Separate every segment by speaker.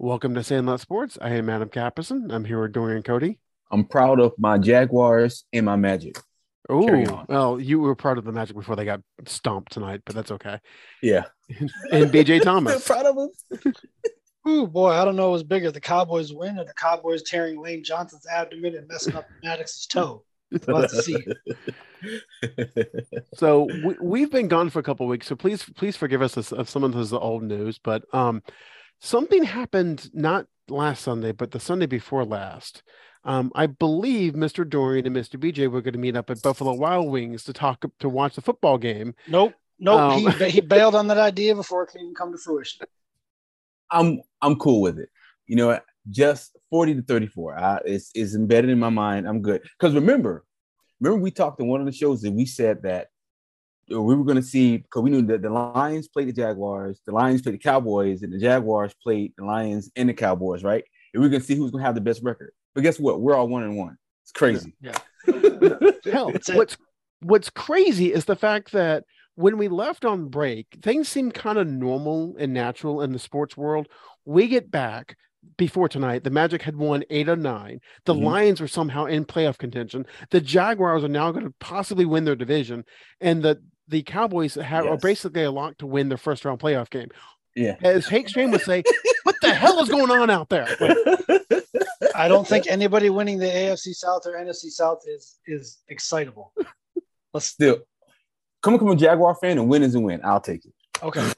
Speaker 1: Welcome to Sandlot Sports. I am Adam Capperson. I'm here with Dorian Cody.
Speaker 2: I'm proud of my Jaguars and my Magic. Carry
Speaker 1: Oh,
Speaker 2: on.
Speaker 1: well, you were proud of the Magic before they got stomped tonight, but that's okay.
Speaker 2: Yeah.
Speaker 1: And BJ Thomas.
Speaker 2: proud of them.
Speaker 3: Ooh, boy, I don't know what's bigger, the Cowboys win or the Cowboys tearing Lane Johnson's abdomen and messing up Maddox's toe. About to see.
Speaker 1: So we, we've been gone for a couple weeks, so please please forgive us if if some of this is old news, but um, something happened not last Sunday, but the Sunday before last. Um, I believe Mr. Dorian and Mr. BJ were going to meet up at Buffalo Wild Wings to talk to watch the football game.
Speaker 3: Nope. Nope.
Speaker 1: Um.
Speaker 3: He, ba- he bailed on that idea before it can even come to fruition.
Speaker 2: I'm I'm cool with it. You know, what? just 40 to 34. I, it's it's embedded in my mind. I'm good. Because remember, remember we talked in one of the shows that we said that we were going to see because we knew that the Lions played the Jaguars, the Lions played the Cowboys, and the Jaguars played the Lions and the Cowboys, right? And we are going to see who's going to have the best record. But guess what? We're all one and one. It's crazy.
Speaker 3: Yeah.
Speaker 1: Hell,
Speaker 3: That's it.
Speaker 1: what's what's crazy is the fact that when we left on break, things seemed kind of normal and natural in the sports world. We get back before tonight, the Magic had won eight or nine. The
Speaker 2: Mhm.
Speaker 1: Lions were somehow in playoff contention. The Jaguars are now going to possibly win their division, and the the Cowboys have are
Speaker 2: Yes.
Speaker 1: basically a lock to win their first round playoff game.
Speaker 2: Yeah.
Speaker 1: As Hank Strain would say, "What the hell is going on out there?"
Speaker 3: I don't think anybody winning the AFC South or NFC South is is excitable. Let's
Speaker 2: Still, come on, come on, Jaguar fan, and win is a win. I'll take it.
Speaker 3: okay.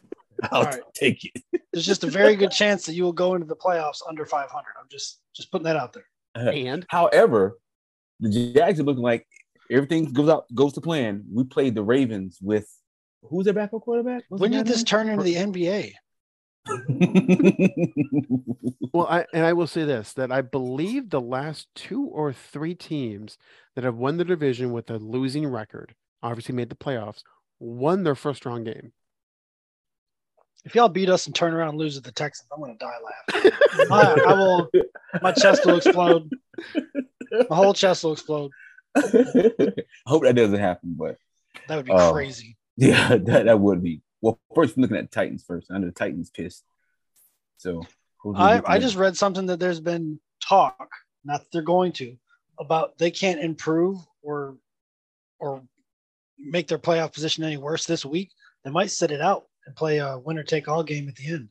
Speaker 2: I'll
Speaker 3: All right.
Speaker 2: take it.
Speaker 3: There's just a very good chance that you will go into the playoffs under 500. I'm just just putting that out there.
Speaker 1: And
Speaker 2: However, the Jags are looking like everything goes out goes to plan. We played the Ravens with who's their backup quarterback? What's
Speaker 3: When
Speaker 2: their
Speaker 3: did this turn into the NBA?
Speaker 2: name?
Speaker 1: Well, I and I will say this that I believe the last two or three teams that have won the division with a losing record, obviously made the playoffs, won their first round game.
Speaker 3: If y'all beat us and turn around and lose to the Texans, I'm gonna die laughing. I, I will. My chest will explode. My whole chest will explode.
Speaker 2: I hope that doesn't happen, but
Speaker 3: That would be
Speaker 2: Oh.
Speaker 3: crazy.
Speaker 2: yeah, that, that would be. Well, first I'm looking at Titans first. I know the Titans pissed. So who's we
Speaker 3: I,
Speaker 2: looking
Speaker 3: I
Speaker 2: at?
Speaker 3: just read something that there's been talk, not that they're going to, about they can't improve or or make their playoff position any worse this week. They might sit it out and play a winner take all game at the end.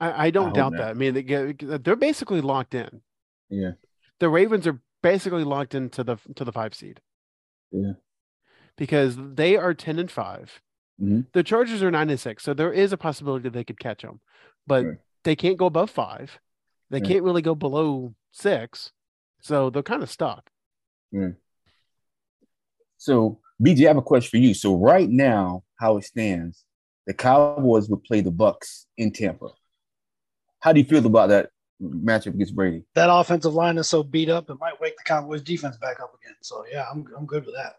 Speaker 1: I, I don't
Speaker 2: hope
Speaker 1: doubt
Speaker 2: not.
Speaker 1: that. I mean, they, get- they're basically locked in.
Speaker 2: yeah.
Speaker 1: The Ravens are basically locked into the to the five seed.
Speaker 2: Yeah.
Speaker 1: Because they are ten and 5
Speaker 2: Mhm.
Speaker 1: The Chargers are nine and six, so there is a possibility they could catch them, but
Speaker 2: Right.
Speaker 1: they can't go above five. They
Speaker 2: Right.
Speaker 1: can't really go below six, so they're kind of stuck.
Speaker 2: So, BJ, I have a question for you. So, right now, how it stands, the Cowboys would play the Bucks in Tampa. How do you feel about that matchup against Brady?
Speaker 3: That offensive line is so beat up, it might wake the Cowboys defense back up again. So yeah, I'm I'm good with that.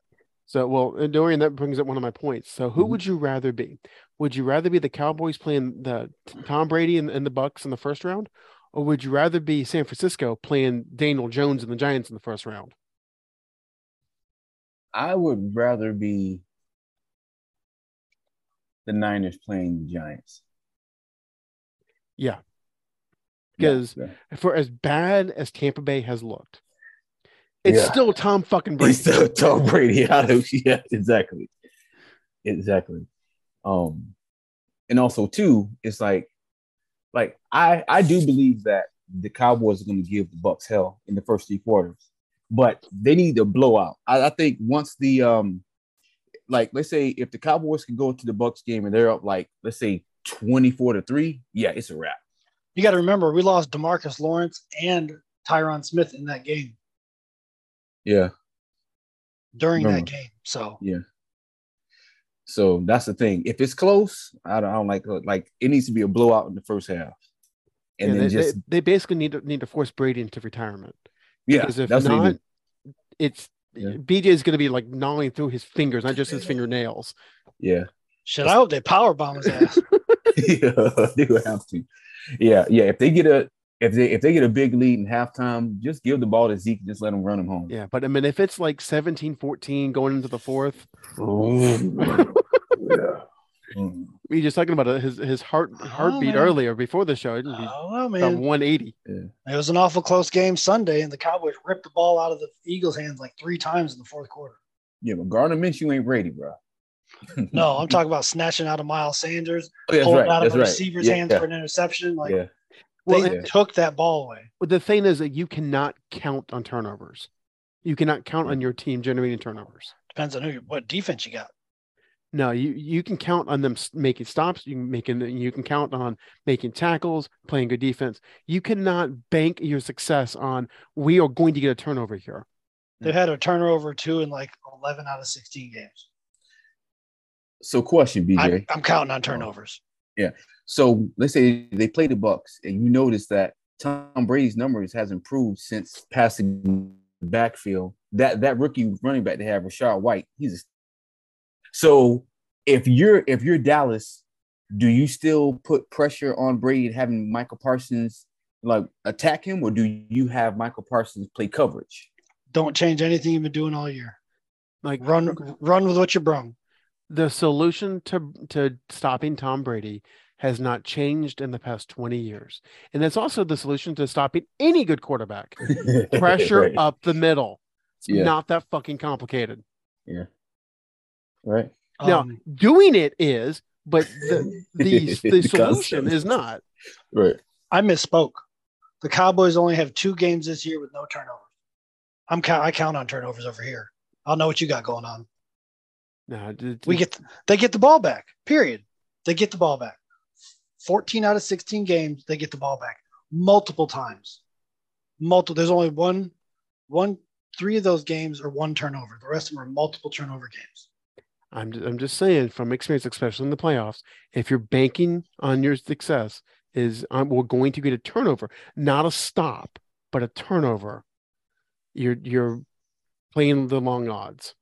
Speaker 1: So, well, and Dorian, that brings up one of my points. So,
Speaker 2: Mm-hmm.
Speaker 1: who would you rather be? Would you rather be the Cowboys playing the Tom Brady and, and the Bucks in the first round, or would you rather be San Francisco playing Daniel Jones and the Giants in the first round?
Speaker 2: I would rather be the Niners playing the Giants.
Speaker 1: Yeah.
Speaker 2: Yeah,
Speaker 1: 'Cause
Speaker 2: yeah.
Speaker 1: For as bad as Tampa Bay has looked, it's
Speaker 2: Yeah.
Speaker 1: still Tom fucking Brady.
Speaker 2: It's still Tom Brady. Out of, yeah, exactly, exactly. Um, and also too, it's like, like I I do believe that the Cowboys are going to give the Bucks hell in the first three quarters, but they need a blowout. I, I think once the um, like let's say if the Cowboys can go to the Bucks game and they're up like let's say twenty four to three, yeah, it's a wrap.
Speaker 3: You got to remember, we lost Demarcus Lawrence and Tyron Smith in that game
Speaker 2: Yeah.
Speaker 3: during
Speaker 2: Remember.
Speaker 3: that game. So
Speaker 2: So that's the thing. If it's close, I don't, I don't like like it needs to be a blowout in the first half,
Speaker 1: Yeah,
Speaker 2: and
Speaker 1: they,
Speaker 2: then
Speaker 1: they-
Speaker 2: just
Speaker 1: they basically need to need to force Brady into retirement.
Speaker 2: Yeah,
Speaker 1: Because if
Speaker 2: that's what he
Speaker 1: not,
Speaker 2: did.
Speaker 1: it's
Speaker 2: Yeah.
Speaker 1: BJ is going to be like gnawing through his fingers, not just his fingernails.
Speaker 2: yeah,
Speaker 3: shit, I hope they power bomb his ass.
Speaker 2: yeah, they would have to. Yeah, yeah. If they get a if they if they get a big lead in halftime, just give the ball to Zeke. and Just let him run him home.
Speaker 1: Yeah, but I mean, if it's like 17 14 going into the fourth,
Speaker 2: Ooh. yeah. Mm.
Speaker 1: you just talking about uh, his his heart
Speaker 3: Oh,
Speaker 1: heartbeat
Speaker 3: man.
Speaker 1: earlier before the show. He
Speaker 3: Oh well,
Speaker 1: about
Speaker 3: man,
Speaker 1: 180.
Speaker 3: it was an awful close game Sunday, and the Cowboys ripped the ball out of the Eagles' hands like three times in the fourth quarter.
Speaker 2: Yeah, but Gardner Minshew ain't Brady, bro.
Speaker 3: No, I'm talking about snatching out of Miles Sanders,
Speaker 2: Hmm. Oh, yeah, that's
Speaker 3: pulling
Speaker 2: right.
Speaker 3: out of
Speaker 2: That's
Speaker 3: a
Speaker 2: right.
Speaker 3: receiver's
Speaker 2: yeah,
Speaker 3: hands for an interception. Like
Speaker 2: yeah.
Speaker 1: Well,
Speaker 3: they
Speaker 2: yeah.
Speaker 3: took that ball away.
Speaker 1: But the thing is that you cannot count on turnovers. You cannot count on your team generating turnovers.
Speaker 3: Depends on who, you, what defense you got.
Speaker 1: No, you you can count on them s- making stops. You can making you can count on making tackles, playing good defense. You cannot bank your success on we are going to get a turnover here.
Speaker 2: Hmm.
Speaker 3: They've had a turnover two in like 11 out of 16 games.
Speaker 2: So question, BJ.
Speaker 3: I'm, I'm counting
Speaker 2: Oh.
Speaker 3: on turnovers.
Speaker 2: So let's say they play the Bucks, and you notice that Tom Brady's numbers has improved since passing the backfield. That that rookie running back they have, Rashad White, he's a so if you're if you're Dallas, do you still put pressure on Brady and having Michael Parsons like attack him, or do you have Michael Parsons play coverage?
Speaker 3: Don't change anything you've been doing all year.
Speaker 1: Like
Speaker 3: Run, run with what you brung.
Speaker 1: the solution to to stopping Tom Brady has not changed in the past 20 years. And that's also the solution to stopping any good quarterback. Pressure
Speaker 2: Right.
Speaker 1: up the middle. It's
Speaker 2: Yeah.
Speaker 1: not that fucking complicated.
Speaker 2: right?
Speaker 1: No.
Speaker 3: Um,
Speaker 1: Doing it is, but the the, the
Speaker 2: The
Speaker 1: solution
Speaker 2: concept.
Speaker 1: is not.
Speaker 2: Right.
Speaker 3: I misspoke. The Cowboys only have two games this year with no turnovers. I'm count, I count on turnovers over here. I'll know what you got going on.
Speaker 1: No, it-
Speaker 3: We get they get the ball back. Period. They get the ball back. 14 out of 16 games, they get the ball back multiple times. Multiple. There's only one, one, three of those games are one turnover. The rest of them are multiple turnover games.
Speaker 1: I'm just, I'm just saying from experience, especially in the playoffs, if you're banking on your success, is um, we're going to get a turnover, not a stop, but a turnover. You're you're playing the long odds.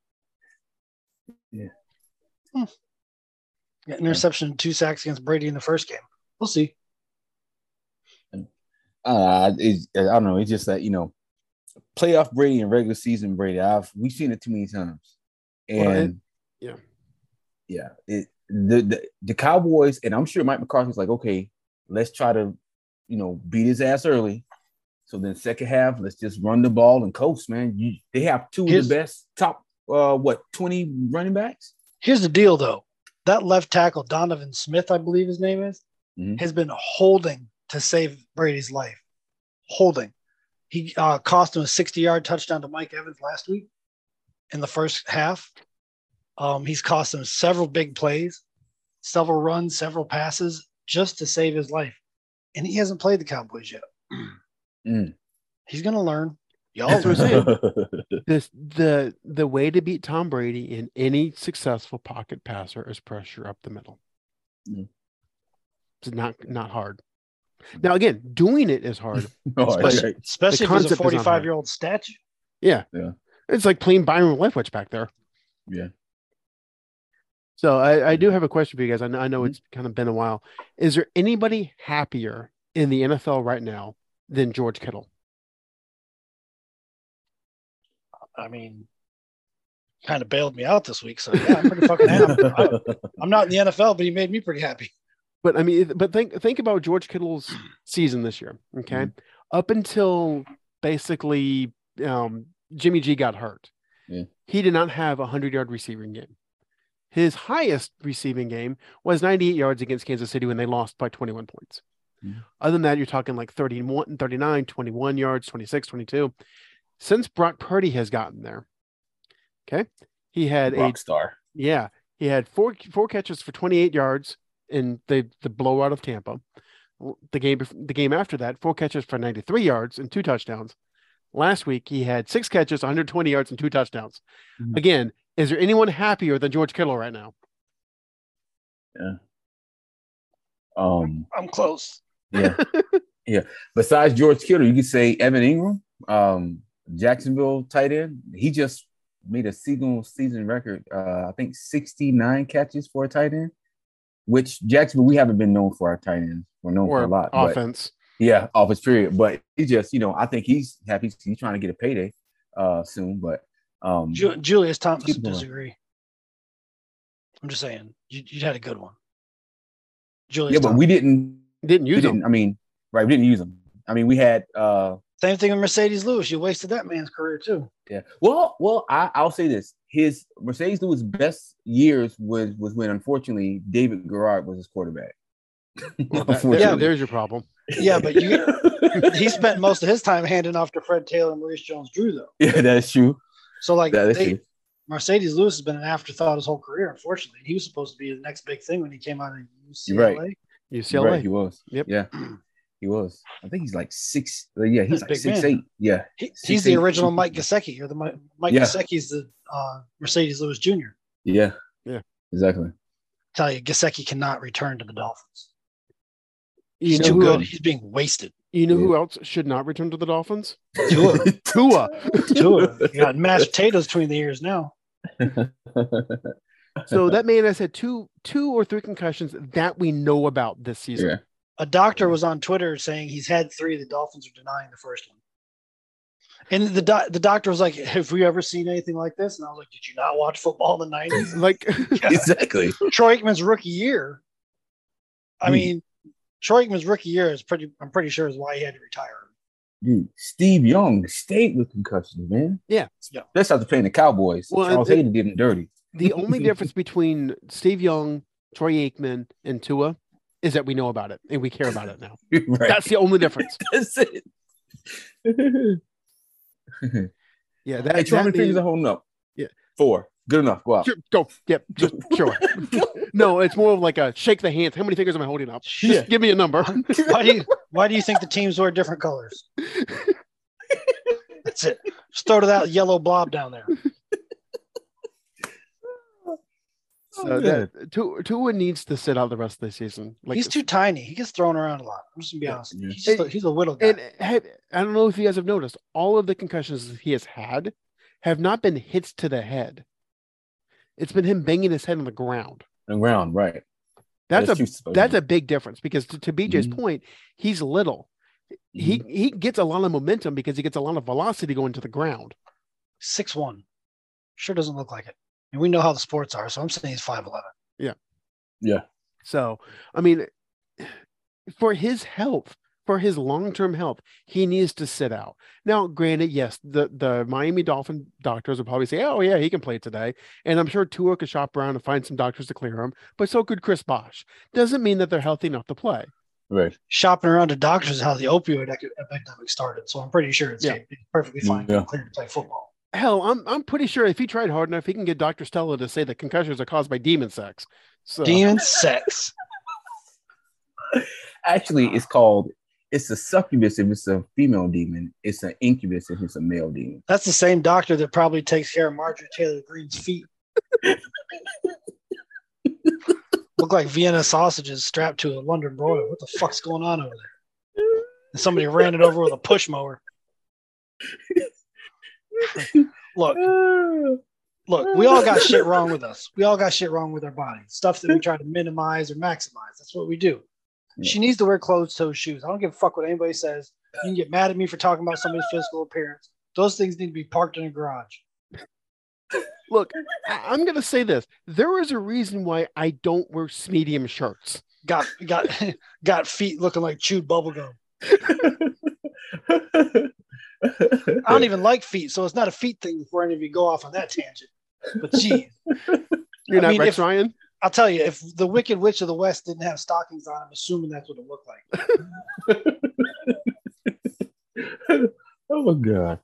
Speaker 3: Got Interception, two sacks against Brady in the first game. We'll see.
Speaker 2: uh, it's, I don't know. It's just that you know, playoff Brady and regular season Brady. I've we've seen it too many times, and
Speaker 1: Well, it- yeah.
Speaker 2: yeah. It the, the the Cowboys and I'm sure Mike McCarthy's like, okay, let's try to you know beat his ass early. So then second half, let's just run the ball and coast, man. You, they have two
Speaker 3: Here's-
Speaker 2: of the best top uh what twenty running backs.
Speaker 3: Here's the deal, though. That left tackle, Donovan Smith, I believe his name is,
Speaker 2: Mhm.
Speaker 3: has been holding to save Brady's life. Holding. He uh, cost him a 60 yard touchdown to Mike Evans last week in the first half. Um, he's cost him several big plays, several runs, several passes just to save his life. And he hasn't played the Cowboys yet.
Speaker 2: Mm.
Speaker 3: He's going to learn. Y'all
Speaker 1: That's what I'm saying.
Speaker 2: yeah,
Speaker 1: This the the way to beat Tom Brady in any successful pocket passer is pressure up the middle.
Speaker 2: Mm.
Speaker 1: It's not not hard. Now again, doing it is hard.
Speaker 3: especially,
Speaker 2: Oh, right.
Speaker 3: especially if he's
Speaker 1: concept
Speaker 3: a
Speaker 1: is not hard.
Speaker 3: 45 year old statue.
Speaker 1: Yeah.
Speaker 2: Yeah.
Speaker 1: It's like playing Byron Life Witch back there.
Speaker 2: Yeah.
Speaker 1: So I, I do have a question for you guys. I know, I know
Speaker 2: Mhm.
Speaker 1: it's kind of been a while. Is there anybody happier in the NFL right now than George Kittle?
Speaker 3: I mean, kind of bailed me out this week. So yeah, I'm pretty fucking happy. I'm, I'm not in the NFL, but he made me pretty happy.
Speaker 1: But I mean, but think think about George Kittle's season this year. Okay, up until basically um, Jimmy G got hurt,
Speaker 2: Yeah.
Speaker 1: he did not have a hundred yard receiving game. His highest receiving game was 98 yards against Kansas City when they lost by 21 points.
Speaker 2: Mhm.
Speaker 1: Other than that, you're talking like 31, 39, 21 yards, 26, 22. Since Brock Purdy has gotten there, okay, he had a
Speaker 2: rock star.
Speaker 1: yeah, he had four four catches for 28 yards in the the blowout of Tampa. The game bef- the game after that, four catches for 93 yards and two touchdowns. Last week he had six catches, 120 yards and two touchdowns.
Speaker 2: Mhm.
Speaker 1: Again, is there anyone happier than George Kittle right now?
Speaker 2: Um,
Speaker 3: I'm close.
Speaker 2: Yeah. yeah. Besides George Kittle, you could say Evan Ingram, um, Jacksonville tight end. He just made a single season record, uh, I think 69 catches for a tight end, which Jacksonville, we haven't been known for our tight ends. We're known for
Speaker 1: Or
Speaker 2: Oh, a lot. but-
Speaker 1: offense.
Speaker 2: yeah, office period. But he just, you know, I think he's happy. He's trying to get a payday uh, soon. But um,
Speaker 3: Ju- Julius Thomas
Speaker 2: Keep
Speaker 3: would
Speaker 2: going.
Speaker 3: disagree. I'm just saying, you, you had a good one. Julius.
Speaker 2: Yeah, but
Speaker 3: Thomas.
Speaker 2: we didn't.
Speaker 1: Didn't
Speaker 2: We
Speaker 1: use them.
Speaker 2: didn't. I mean, right? We didn't use them. I mean, we had. uh
Speaker 3: Same thing with Mercedes Lewis. You wasted that man's career too.
Speaker 2: Yeah. Well, well, I, I'll say this: his Mercedes Lewis' best years was was when, unfortunately, David Garrard was his quarterback.
Speaker 1: Well, that- there-
Speaker 2: Unfortunately.
Speaker 1: there's your problem.
Speaker 3: Yeah, but you, he spent most of his time handing off to Fred Taylor and Maurice Jones-Drew though.
Speaker 2: yeah, that's true.
Speaker 3: So like
Speaker 2: That is
Speaker 3: they,
Speaker 2: true.
Speaker 3: Mercedes Lewis has been an afterthought his whole career. Unfortunately, he was supposed to be the next big thing when he came out of UCLA.
Speaker 2: You're
Speaker 1: UCLA.
Speaker 2: Right, he was.
Speaker 1: Yep.
Speaker 2: Yeah, he was. I think he's like six. uh, Yeah,
Speaker 3: He's
Speaker 2: he's
Speaker 3: a
Speaker 2: like
Speaker 3: big
Speaker 2: six
Speaker 3: man.
Speaker 2: eight. Yeah,
Speaker 3: He,
Speaker 2: Six,
Speaker 3: he's the
Speaker 2: eight,
Speaker 3: original
Speaker 2: two.
Speaker 3: Mike Gesicki, or the Mi- Mike
Speaker 2: Yeah.
Speaker 3: Gesicki's the uh, Mercedes Lewis Jr.
Speaker 2: yeah,
Speaker 1: Yeah.
Speaker 2: Exactly.
Speaker 3: Tell you, Gesicki cannot return to the Dolphins.
Speaker 1: You
Speaker 3: He's
Speaker 1: know
Speaker 3: too
Speaker 1: who
Speaker 3: good.
Speaker 1: else,
Speaker 3: He's being wasted.
Speaker 1: you know who else should not return to the Dolphins?
Speaker 3: Tua,
Speaker 1: Tua.
Speaker 3: Tua, you got mashed potatoes between the ears now.
Speaker 1: so that man has had two two or three concussions that we know about this season.
Speaker 2: yeah.
Speaker 3: A doctor was on Twitter saying he's had three. The Dolphins are denying the first one. And the doc the doctor was like, "Have we ever seen anything like this?" And I was like, "Did you not watch football in the '90s?"
Speaker 1: Like
Speaker 2: Exactly.
Speaker 3: Troy Aikman's rookie year. I
Speaker 2: Hmm.
Speaker 3: mean, Troy Aikman's rookie year is pretty. I'm pretty sure is why he had to retire.
Speaker 2: Dude, Steve Young stayed with concussions, man.
Speaker 1: Yeah.
Speaker 3: Yeah.
Speaker 2: That's after playing the Cowboys.
Speaker 1: Well,
Speaker 2: Charles
Speaker 1: it-
Speaker 2: Hayden did him dirty.
Speaker 1: the only difference between Steve Young, Troy Aikman, and Tua is that we know about it and we care about it now.
Speaker 2: right.
Speaker 1: That's the only difference.
Speaker 2: That's it. hey,
Speaker 1: Yeah, that, that
Speaker 2: Troy figures
Speaker 1: means-
Speaker 2: are holding up.
Speaker 1: Yeah.
Speaker 2: Four. Good enough. Go out.
Speaker 1: Sure, go. Yep. Just, sure. No, it's more of like a shake the hands. How many fingers am I holding up? Just
Speaker 2: Yeah.
Speaker 1: give me a number.
Speaker 3: Why do you Why do you think the teams wear different colors? That's it. Just throw to that yellow blob down there.
Speaker 1: So that Tua, Tua needs to sit out the rest of the season. Like
Speaker 3: he's too tiny. He gets thrown around a lot. I'm just gonna be
Speaker 2: Yeah,
Speaker 3: honest.
Speaker 2: yeah.
Speaker 3: He's, just a, he's a little guy.
Speaker 1: And have, I don't know if you guys have noticed, all of the concussions he has had have not been hits to the head. It's been him banging his head on the ground.
Speaker 2: and round, right.
Speaker 1: That's a
Speaker 2: That's,
Speaker 1: that's a big difference because to, to BJ's
Speaker 2: Mhm.
Speaker 1: point, he's little. He
Speaker 2: Mm-hmm.
Speaker 1: he gets a lot of momentum because he gets a lot of velocity going to the ground.
Speaker 3: Six one, sure doesn't look like it. And we know how the sports are, so I'm saying he's five eleven.
Speaker 2: yeah.
Speaker 1: So I mean, for his health, for his long term health, he needs to sit out. Now, granted, yes, the the Miami Dolphin doctors will probably say, "Oh yeah, he can play today," and I'm sure Tua could shop around and find some doctors to clear him. But so could Chris Bosch. Doesn't mean that they're healthy enough to play.
Speaker 2: Right.
Speaker 3: Shopping around to doctors is how the opioid ec- epidemic started. So I'm pretty sure it's
Speaker 1: Yeah.
Speaker 3: perfectly fine,
Speaker 2: Yeah.
Speaker 3: clear to play football.
Speaker 1: Hell, I'm I'm pretty sure if he tried hard enough, he can get Doctor Stella to say that concussions are caused by demon sex. So
Speaker 3: Demon sex.
Speaker 2: Actually, it's called it's a succubus if it's a female demon. It's an incubus if it's a male demon.
Speaker 3: That's the same doctor that probably takes care of Marjorie Taylor Greene's feet. Look like Vienna sausages strapped to a London broiler. What the fuck's going on over there? And somebody ran it over with a push mower.
Speaker 2: Ah,
Speaker 3: Look,
Speaker 2: oh
Speaker 3: look, we all got shit wrong with us. We all got shit wrong with our body. Stuff that we try to minimize or maximize. That's what we do. She needs to wear closed toe shoes. I don't give a fuck what anybody says. You can get mad at me for talking about somebody's physical appearance. Those things need to be parked in a garage.
Speaker 1: look, I, am gonna say this: there is a reason why I don't wear medium shirts.
Speaker 3: got got got feet looking like chewed bubblegum. I don't even like feet, so it's not a feet thing before any of you go off on that tangent. But gee,
Speaker 1: You're
Speaker 3: I
Speaker 1: not
Speaker 3: mean,
Speaker 1: Rex
Speaker 3: if-
Speaker 1: Ryan.
Speaker 3: I'll tell you, if the Wicked Witch of the West didn't have stockings on, I'm assuming that's what it looked like.
Speaker 2: oh my god.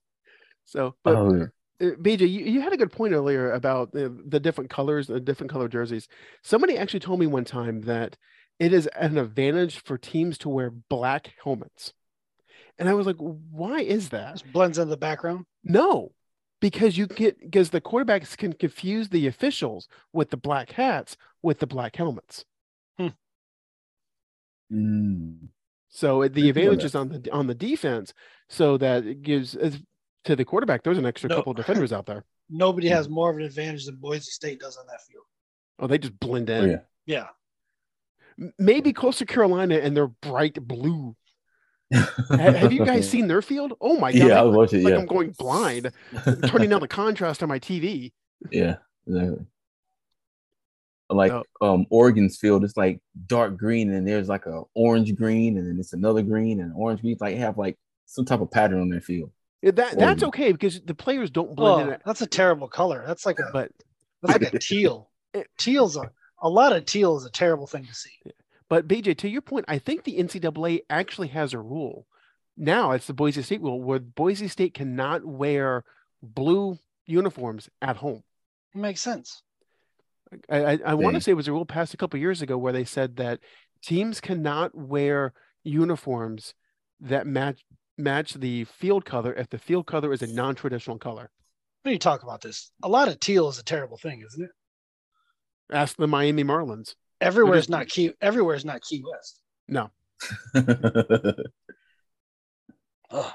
Speaker 1: So, but
Speaker 2: Oh, yeah.
Speaker 1: uh, BJ, you, you had a good point earlier about the, the different colors, the different color jerseys. Somebody actually told me one time that it is an advantage for teams to wear black helmets, and I was like, why is that?
Speaker 3: Just blends into the background.
Speaker 1: No, because you get because the quarterbacks can confuse the officials with the black hats with the black helmets.
Speaker 2: Mm.
Speaker 1: So it-
Speaker 2: I
Speaker 1: the
Speaker 2: didn't know
Speaker 1: advantage
Speaker 2: that.
Speaker 1: is on the on the defense, so that it gives as- to the quarterback. There's an extra
Speaker 3: No.
Speaker 1: couple of defenders out there.
Speaker 3: Nobody has more of an advantage than Boise State does on that field.
Speaker 1: Oh, they just blend
Speaker 2: Oh,
Speaker 1: in.
Speaker 2: yeah.
Speaker 3: Yeah,
Speaker 1: M- Maybe Coastal Carolina and their bright blue. Ha- Have you guys seen their field? Oh my god!
Speaker 2: Yeah,
Speaker 1: I-
Speaker 2: I watch it.
Speaker 1: like
Speaker 2: Yeah.
Speaker 1: I'm going blind, turning down the contrast on my TV.
Speaker 2: yeah. Exactly. like
Speaker 1: Oh.
Speaker 2: um Oregon's field it's like dark green and there's like a orange green and then it's another green and orange green like have like some type of pattern on their field.
Speaker 1: Yeah, that that's
Speaker 2: Oregon.
Speaker 1: okay because the players don't blend
Speaker 3: Oh,
Speaker 1: in.
Speaker 3: that's a terrible color. That's like a
Speaker 1: But
Speaker 3: that's like a teal. Teal's a a lot of teal is a terrible thing to see.
Speaker 1: but BJ, to your point, I think the NCAA actually has a rule now. It's the Boise State rule where Boise State cannot wear blue uniforms at home.
Speaker 3: It makes sense.
Speaker 1: I, I, I want to
Speaker 2: Dang.
Speaker 1: say it was a rule passed a couple years ago where they said that teams cannot wear uniforms that match match the field color if the field color is a non-traditional color.
Speaker 3: What do you talk about this? A lot of teal is a terrible thing, isn't it?
Speaker 1: Ask the Miami Marlins.
Speaker 3: Everywhere
Speaker 1: It
Speaker 3: is
Speaker 1: is-
Speaker 3: not Key. Everywhere is not Key West. Ugh.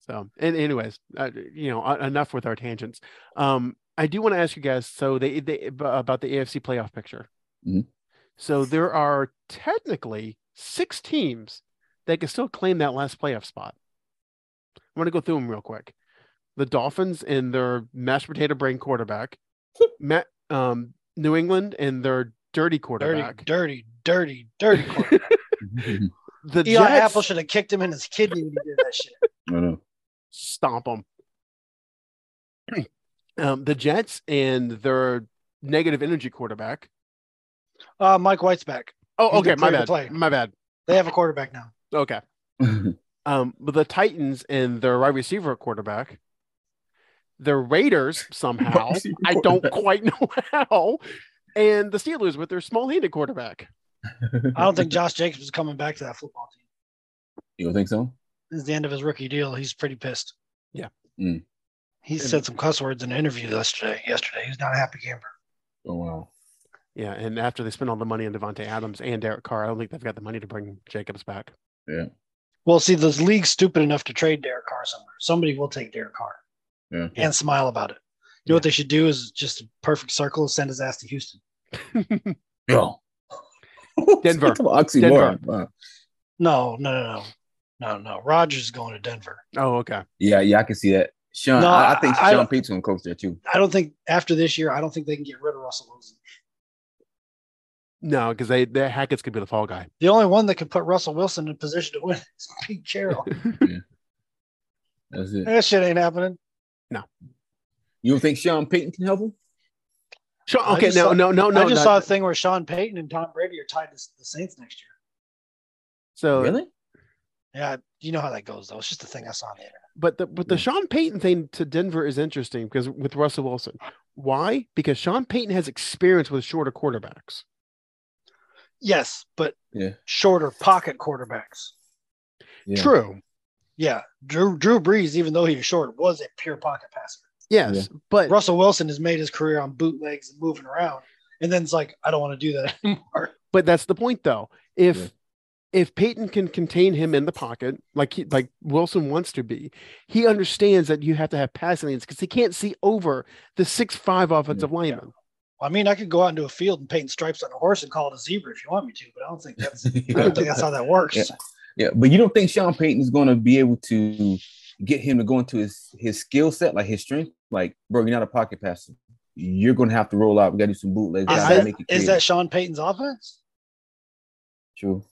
Speaker 1: So, and anyways, uh, you know, uh, enough with our tangents. Um, I do want to ask you guys. So they they ab- about the AFC playoff picture.
Speaker 2: Mhm.
Speaker 1: So there are technically six teams that can still claim that last playoff spot. I'm going to go through them real quick. The Dolphins and their mashed potato brain quarterback, Ma- um, New England and their dirty
Speaker 3: Dirty,
Speaker 1: quarterback.
Speaker 3: dirty, dirty, dirty. quarterback.
Speaker 1: The
Speaker 3: Eli
Speaker 1: Jets
Speaker 3: Apple should have kicked him in his kidney when he did that shit.
Speaker 2: I know.
Speaker 1: stomp them. um, the Jets and their negative energy quarterback.
Speaker 3: Uh, Mike White's back.
Speaker 1: Oh,
Speaker 3: He's the
Speaker 1: okay, my
Speaker 3: clear to
Speaker 1: bad.
Speaker 3: play.
Speaker 1: My bad.
Speaker 3: They have a quarterback now.
Speaker 1: Okay. Um, but the Titans and their wide receiver quarterback. The Raiders somehow.
Speaker 2: receiver
Speaker 1: I don't
Speaker 2: quarterback.
Speaker 1: quite know how. And the Steelers with their small-handed quarterback.
Speaker 3: I don't think Josh Jacobs is coming back to that football team.
Speaker 2: you don't think so?
Speaker 3: This is the end of his rookie deal. He's pretty pissed.
Speaker 1: Yeah.
Speaker 2: Mm.
Speaker 3: He said some cuss words in an interview yesterday. Yesterday, he's not a happy camper.
Speaker 2: Oh wow.
Speaker 1: Yeah, and after they spent all the money on Devontae Adams and Derek Carr, I don't think they've got the money to bring Jacobs back.
Speaker 3: Well, see, the league's stupid enough to trade Derek Carr somewhere. Somebody will take Derek Carr
Speaker 2: Yeah.
Speaker 1: Yeah.
Speaker 3: and smile about it. You know what they should do is just a perfect circle, send his ass to Houston.
Speaker 2: Yo.
Speaker 1: Denver.
Speaker 2: That's an oxymoron. Wow.
Speaker 3: No, no, no, no. No, no. Rogers is going to Denver.
Speaker 1: Oh, okay.
Speaker 2: Yeah, yeah, I can see that. Sean,
Speaker 3: No,
Speaker 2: I, I think
Speaker 3: I- I
Speaker 2: Sean
Speaker 3: don't-
Speaker 2: Pete's gonna coach there too.
Speaker 3: I don't think after this year, I don't think they can get rid of Russell Wilson.
Speaker 1: No, because they, they Hackett's could be the fall guy.
Speaker 3: The only one that can put Russell Wilson in position to win is Pete Carroll.
Speaker 2: That's it.
Speaker 3: that shit ain't happening.
Speaker 2: You don't think Sean Payton can help him?
Speaker 1: Sean,
Speaker 3: I
Speaker 1: okay,
Speaker 3: just
Speaker 1: no,
Speaker 3: saw-
Speaker 1: no, no, no.
Speaker 3: I just
Speaker 1: no.
Speaker 3: saw a thing where Sean Payton and Tom Brady are tied to s- the Saints next
Speaker 1: so
Speaker 2: really?
Speaker 3: year. Yeah, you know how that goes, though. It's just a thing I saw on the internet.
Speaker 1: But the but the
Speaker 2: Yeah.
Speaker 1: Sean Payton thing to Denver is interesting because with Russell Wilson, why? Because Sean Payton has experience with shorter quarterbacks.
Speaker 3: Yes, but
Speaker 2: Yeah.
Speaker 3: shorter pocket quarterbacks.
Speaker 2: Yeah.
Speaker 1: True.
Speaker 3: Yeah, Drew Drew Brees, even though he was short, was a pure pocket passer.
Speaker 1: Yes, but
Speaker 3: Russell Wilson has made his career on bootlegs and moving around, and then it's like, I don't want to do that anymore.
Speaker 1: but that's the point though. If
Speaker 2: Yeah.
Speaker 1: if Peyton can contain him in the pocket, like he, like Wilson wants to be, he understands that you have to have passing lanes because he can't see over the six five offensive lineman.
Speaker 3: I mean, I could go out into a field and paint stripes on a horse and call it a zebra if you want me to, but I don't think that's I don't think that's how that works.
Speaker 2: Yeah. Yeah, but you don't think Sean Payton is going to be able to get him to go into his his skill set, like his strength? Like, bro, you're not a pocket passer. You're going to have to roll out. We got to do some bootlegs.
Speaker 3: Is
Speaker 2: Gotta
Speaker 1: I-
Speaker 3: that-
Speaker 2: make it
Speaker 3: is
Speaker 2: creative.
Speaker 3: that Sean Payton's offense?
Speaker 2: true?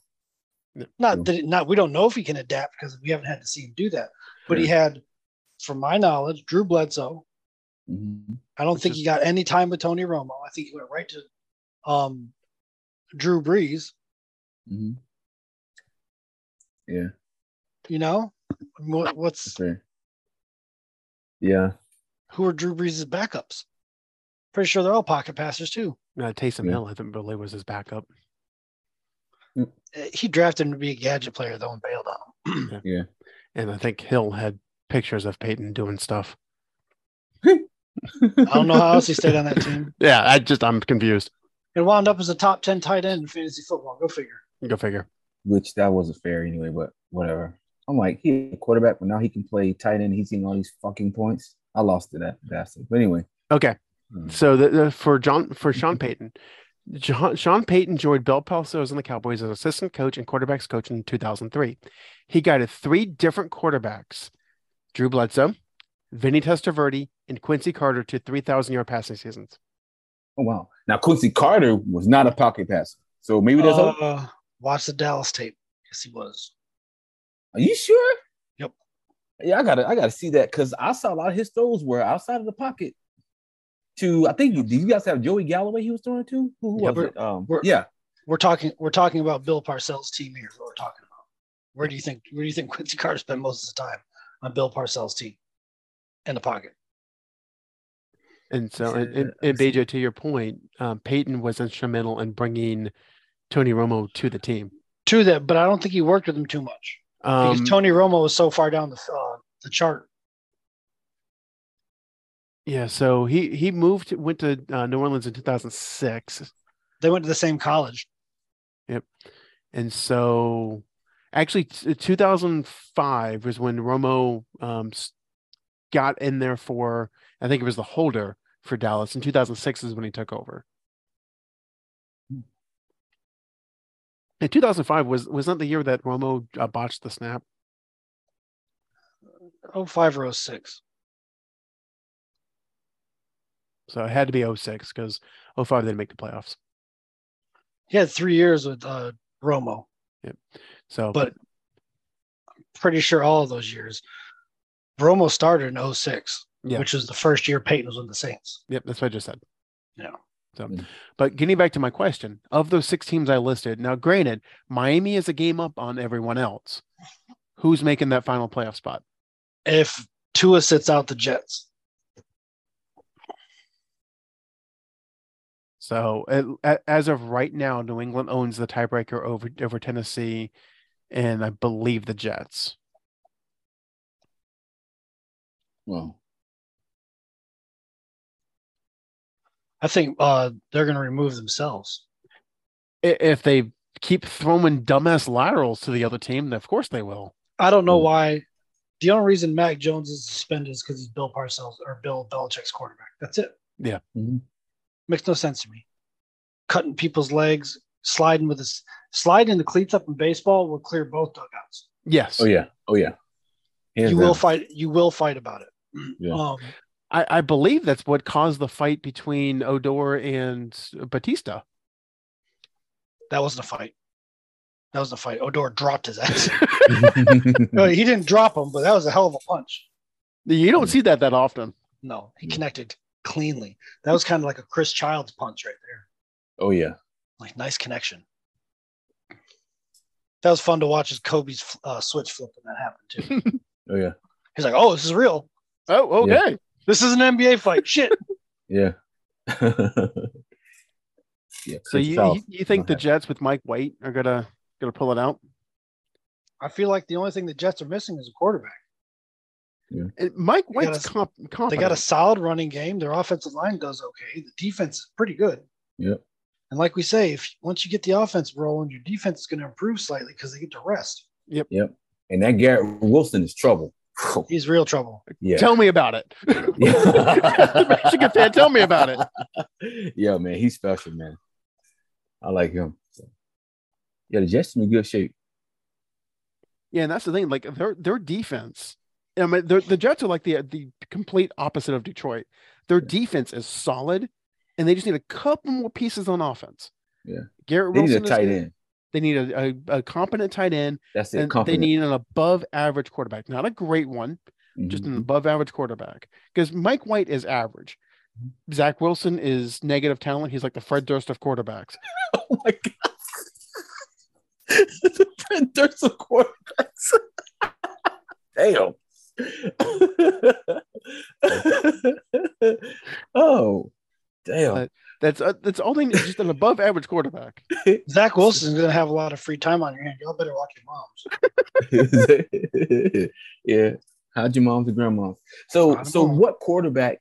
Speaker 3: Not that it, not we don't know if he can adapt because we haven't had to see him do that. But he had, from my knowledge, Drew Bledsoe.
Speaker 2: Mhm.
Speaker 3: I don't
Speaker 1: Which
Speaker 3: think
Speaker 1: is-
Speaker 3: he got any time with Tony Romo. I think he went right to um, Drew Brees.
Speaker 2: Mhm. Yeah,
Speaker 3: You know, I mean, what, what's
Speaker 2: that's fair. Yeah,
Speaker 3: who are Drew Brees' backups? Pretty sure they're all pocket passers too.
Speaker 1: Uh, Taysom
Speaker 2: Yeah.
Speaker 1: Hill, I think, really was his backup.
Speaker 3: Uh, He drafted him to be a gadget player though and bailed on him.
Speaker 1: And I think Hill had pictures of Peyton doing stuff.
Speaker 3: I don't know how else he stayed on that team.
Speaker 1: Yeah, I just I'm confused.
Speaker 3: And wound up as a top ten tight end in fantasy football. Go figure.
Speaker 1: Go figure.
Speaker 2: which that wasn't fair anyway. But whatever. I'm like, he a quarterback, but now he can play tight end. He's getting all these fucking points. I lost to that bastard. But anyway,
Speaker 1: Okay.
Speaker 2: Hmm.
Speaker 1: So the, the, for John for Sean Payton, John, Sean Payton joined Bill Parcells and the Cowboys as assistant coach and quarterbacks coach in 2003. He guided three different quarterbacks: Drew Bledsoe, Vinny Testaverde, and Quincy Carter to 3,000 yard passing seasons.
Speaker 2: Oh wow. Now Quincy Carter was not a pocket passer, so maybe there's hope.
Speaker 3: Uh, watch the Dallas tape. Yes, he was.
Speaker 2: Are you sure?
Speaker 3: Yep.
Speaker 2: Yeah, I gotta I gotta see that because I saw a lot of his throws were outside of the pocket. To I think do you guys have Joey Galloway he was throwing to? Who, who
Speaker 3: Yeah,
Speaker 2: was it? Um,
Speaker 3: we're-
Speaker 2: yeah.
Speaker 3: We're talking. We're talking about Bill Parcells' team here. is What we're talking about. Where do you think? Where do you think Quincy Carter spent most of the time on Bill Parcells' team? In the pocket.
Speaker 1: And so, and,
Speaker 2: Yeah,
Speaker 3: uh,
Speaker 1: and, and Bejo, to your point, um, Peyton was instrumental in bringing Tony Romo to the team.
Speaker 3: To that, but I don't think he worked with him too much because
Speaker 1: Um,
Speaker 3: Tony Romo was so far down the uh, the chart.
Speaker 1: yeah, so he he moved went to uh, New Orleans in 2006,
Speaker 3: They went to the same college.
Speaker 1: and so actually t- 2005 was when Romo um, s- got in there for I think it was the holder for Dallas. And 2006 is when he took over. And 2005 was was not the year that Romo uh, botched the snap.
Speaker 3: Oh five or oh six.
Speaker 1: So it had to be 06 because 05 didn't make the playoffs.
Speaker 3: He had three years with uh, Romo.
Speaker 1: So,
Speaker 3: But- Pretty sure all of those years. Romo started in 06,
Speaker 1: Yeah.
Speaker 3: which was the first year Peyton was with the Saints.
Speaker 1: yep, that's what I just said.
Speaker 3: Yeah.
Speaker 1: So,
Speaker 2: Mm.
Speaker 1: but getting back to my question, of those six teams I listed, now granted, Miami is a game up on everyone else. Who's making that final playoff spot?
Speaker 3: If Tua sits out the Jets,
Speaker 1: So, a- a- as of right now, New England owns the tiebreaker over over Tennessee, and I believe the Jets.
Speaker 2: Well,
Speaker 3: I think uh, they're going to remove themselves.
Speaker 1: I- If they keep throwing dumbass laterals to the other team, then of course they will.
Speaker 3: I don't know
Speaker 2: Hmm.
Speaker 3: why. The only reason Mac Jones is suspended is because he's Bill Parcells or Bill Belichick's quarterback. That's it.
Speaker 2: mhm.
Speaker 3: Makes no sense to me. Cutting people's legs, sliding with this, sliding the cleats up in baseball will clear both dugouts.
Speaker 1: Yes.
Speaker 2: oh yeah, oh yeah. Hands
Speaker 3: you will
Speaker 2: down.
Speaker 3: fight. You will fight about it.
Speaker 2: Yeah.
Speaker 3: Um,
Speaker 1: I, I believe that's what caused the fight between Odor and Batista.
Speaker 3: that wasn't a fight. That was a fight. Odor dropped his ass. No, he didn't drop him, but that was a hell of a punch.
Speaker 1: You don't
Speaker 2: Mm.
Speaker 1: see that that often.
Speaker 3: No, he
Speaker 2: Yeah.
Speaker 3: connected cleanly. That was kind of like a Chris Childs punch right there.
Speaker 2: oh yeah.
Speaker 3: Like nice connection. That was fun to watch as Kobe's uh, switch flip when that happened too.
Speaker 2: Oh yeah.
Speaker 3: He's like, "Oh, this is real.
Speaker 1: Oh,
Speaker 2: Yeah.
Speaker 1: okay.
Speaker 3: This is an NBA fight. Shit."
Speaker 2: Yeah. yeah.
Speaker 1: So
Speaker 2: Chris
Speaker 1: you,
Speaker 2: South.
Speaker 1: you you think
Speaker 2: Don't
Speaker 1: the
Speaker 2: have-
Speaker 1: Jets with Mike White are gonna gonna pull it out?
Speaker 3: I feel like the only thing the Jets are missing is a quarterback.
Speaker 1: And Uh, Mike
Speaker 3: They got
Speaker 1: White's
Speaker 3: a-
Speaker 1: comp,
Speaker 3: They
Speaker 1: competent.
Speaker 3: got a solid running game. Their offensive line does okay. The defense is pretty good.
Speaker 2: Yep.
Speaker 3: And like we say, if once you get the offense rolling, your defense is going to improve slightly because they get to rest.
Speaker 2: And that Garrett Wilson is trouble.
Speaker 3: He's real trouble.
Speaker 2: yeah.
Speaker 1: Tell me about it. Michigan fan, tell me about
Speaker 2: it. Yeah, man, he's special, man. I like him. So. Yeah, the Jets in good shape.
Speaker 1: yeah, and that's the thing. Like their their defense. I mean, they're- the Jets are like the the complete opposite of Detroit. Their defense is solid, and they just need a couple more pieces on offense.
Speaker 2: Yeah.
Speaker 1: Garrett
Speaker 2: They need
Speaker 1: Wilson
Speaker 2: a
Speaker 1: is
Speaker 2: tight
Speaker 1: good.
Speaker 2: end.
Speaker 1: They need a, a, a competent tight end.
Speaker 2: That's it.
Speaker 1: and they
Speaker 2: confident.
Speaker 1: need an above average quarterback, not a great one, just an
Speaker 2: Mhm.
Speaker 1: above average quarterback. Because Mike White is average. Zach Wilson is negative talent. He's like the Fred Durst of quarterbacks.
Speaker 2: Oh my god. the Fred Durst of quarterbacks. Damn. oh, damn.
Speaker 1: That's uh, that's all they need. is Just an above average quarterback.
Speaker 3: Zach Wilson's going to have a lot of free time on your hand. Y'all better watch your moms.
Speaker 2: yeah. How'd your moms and grandmas? So,
Speaker 3: How'd
Speaker 2: so
Speaker 3: mom?
Speaker 2: what quarterback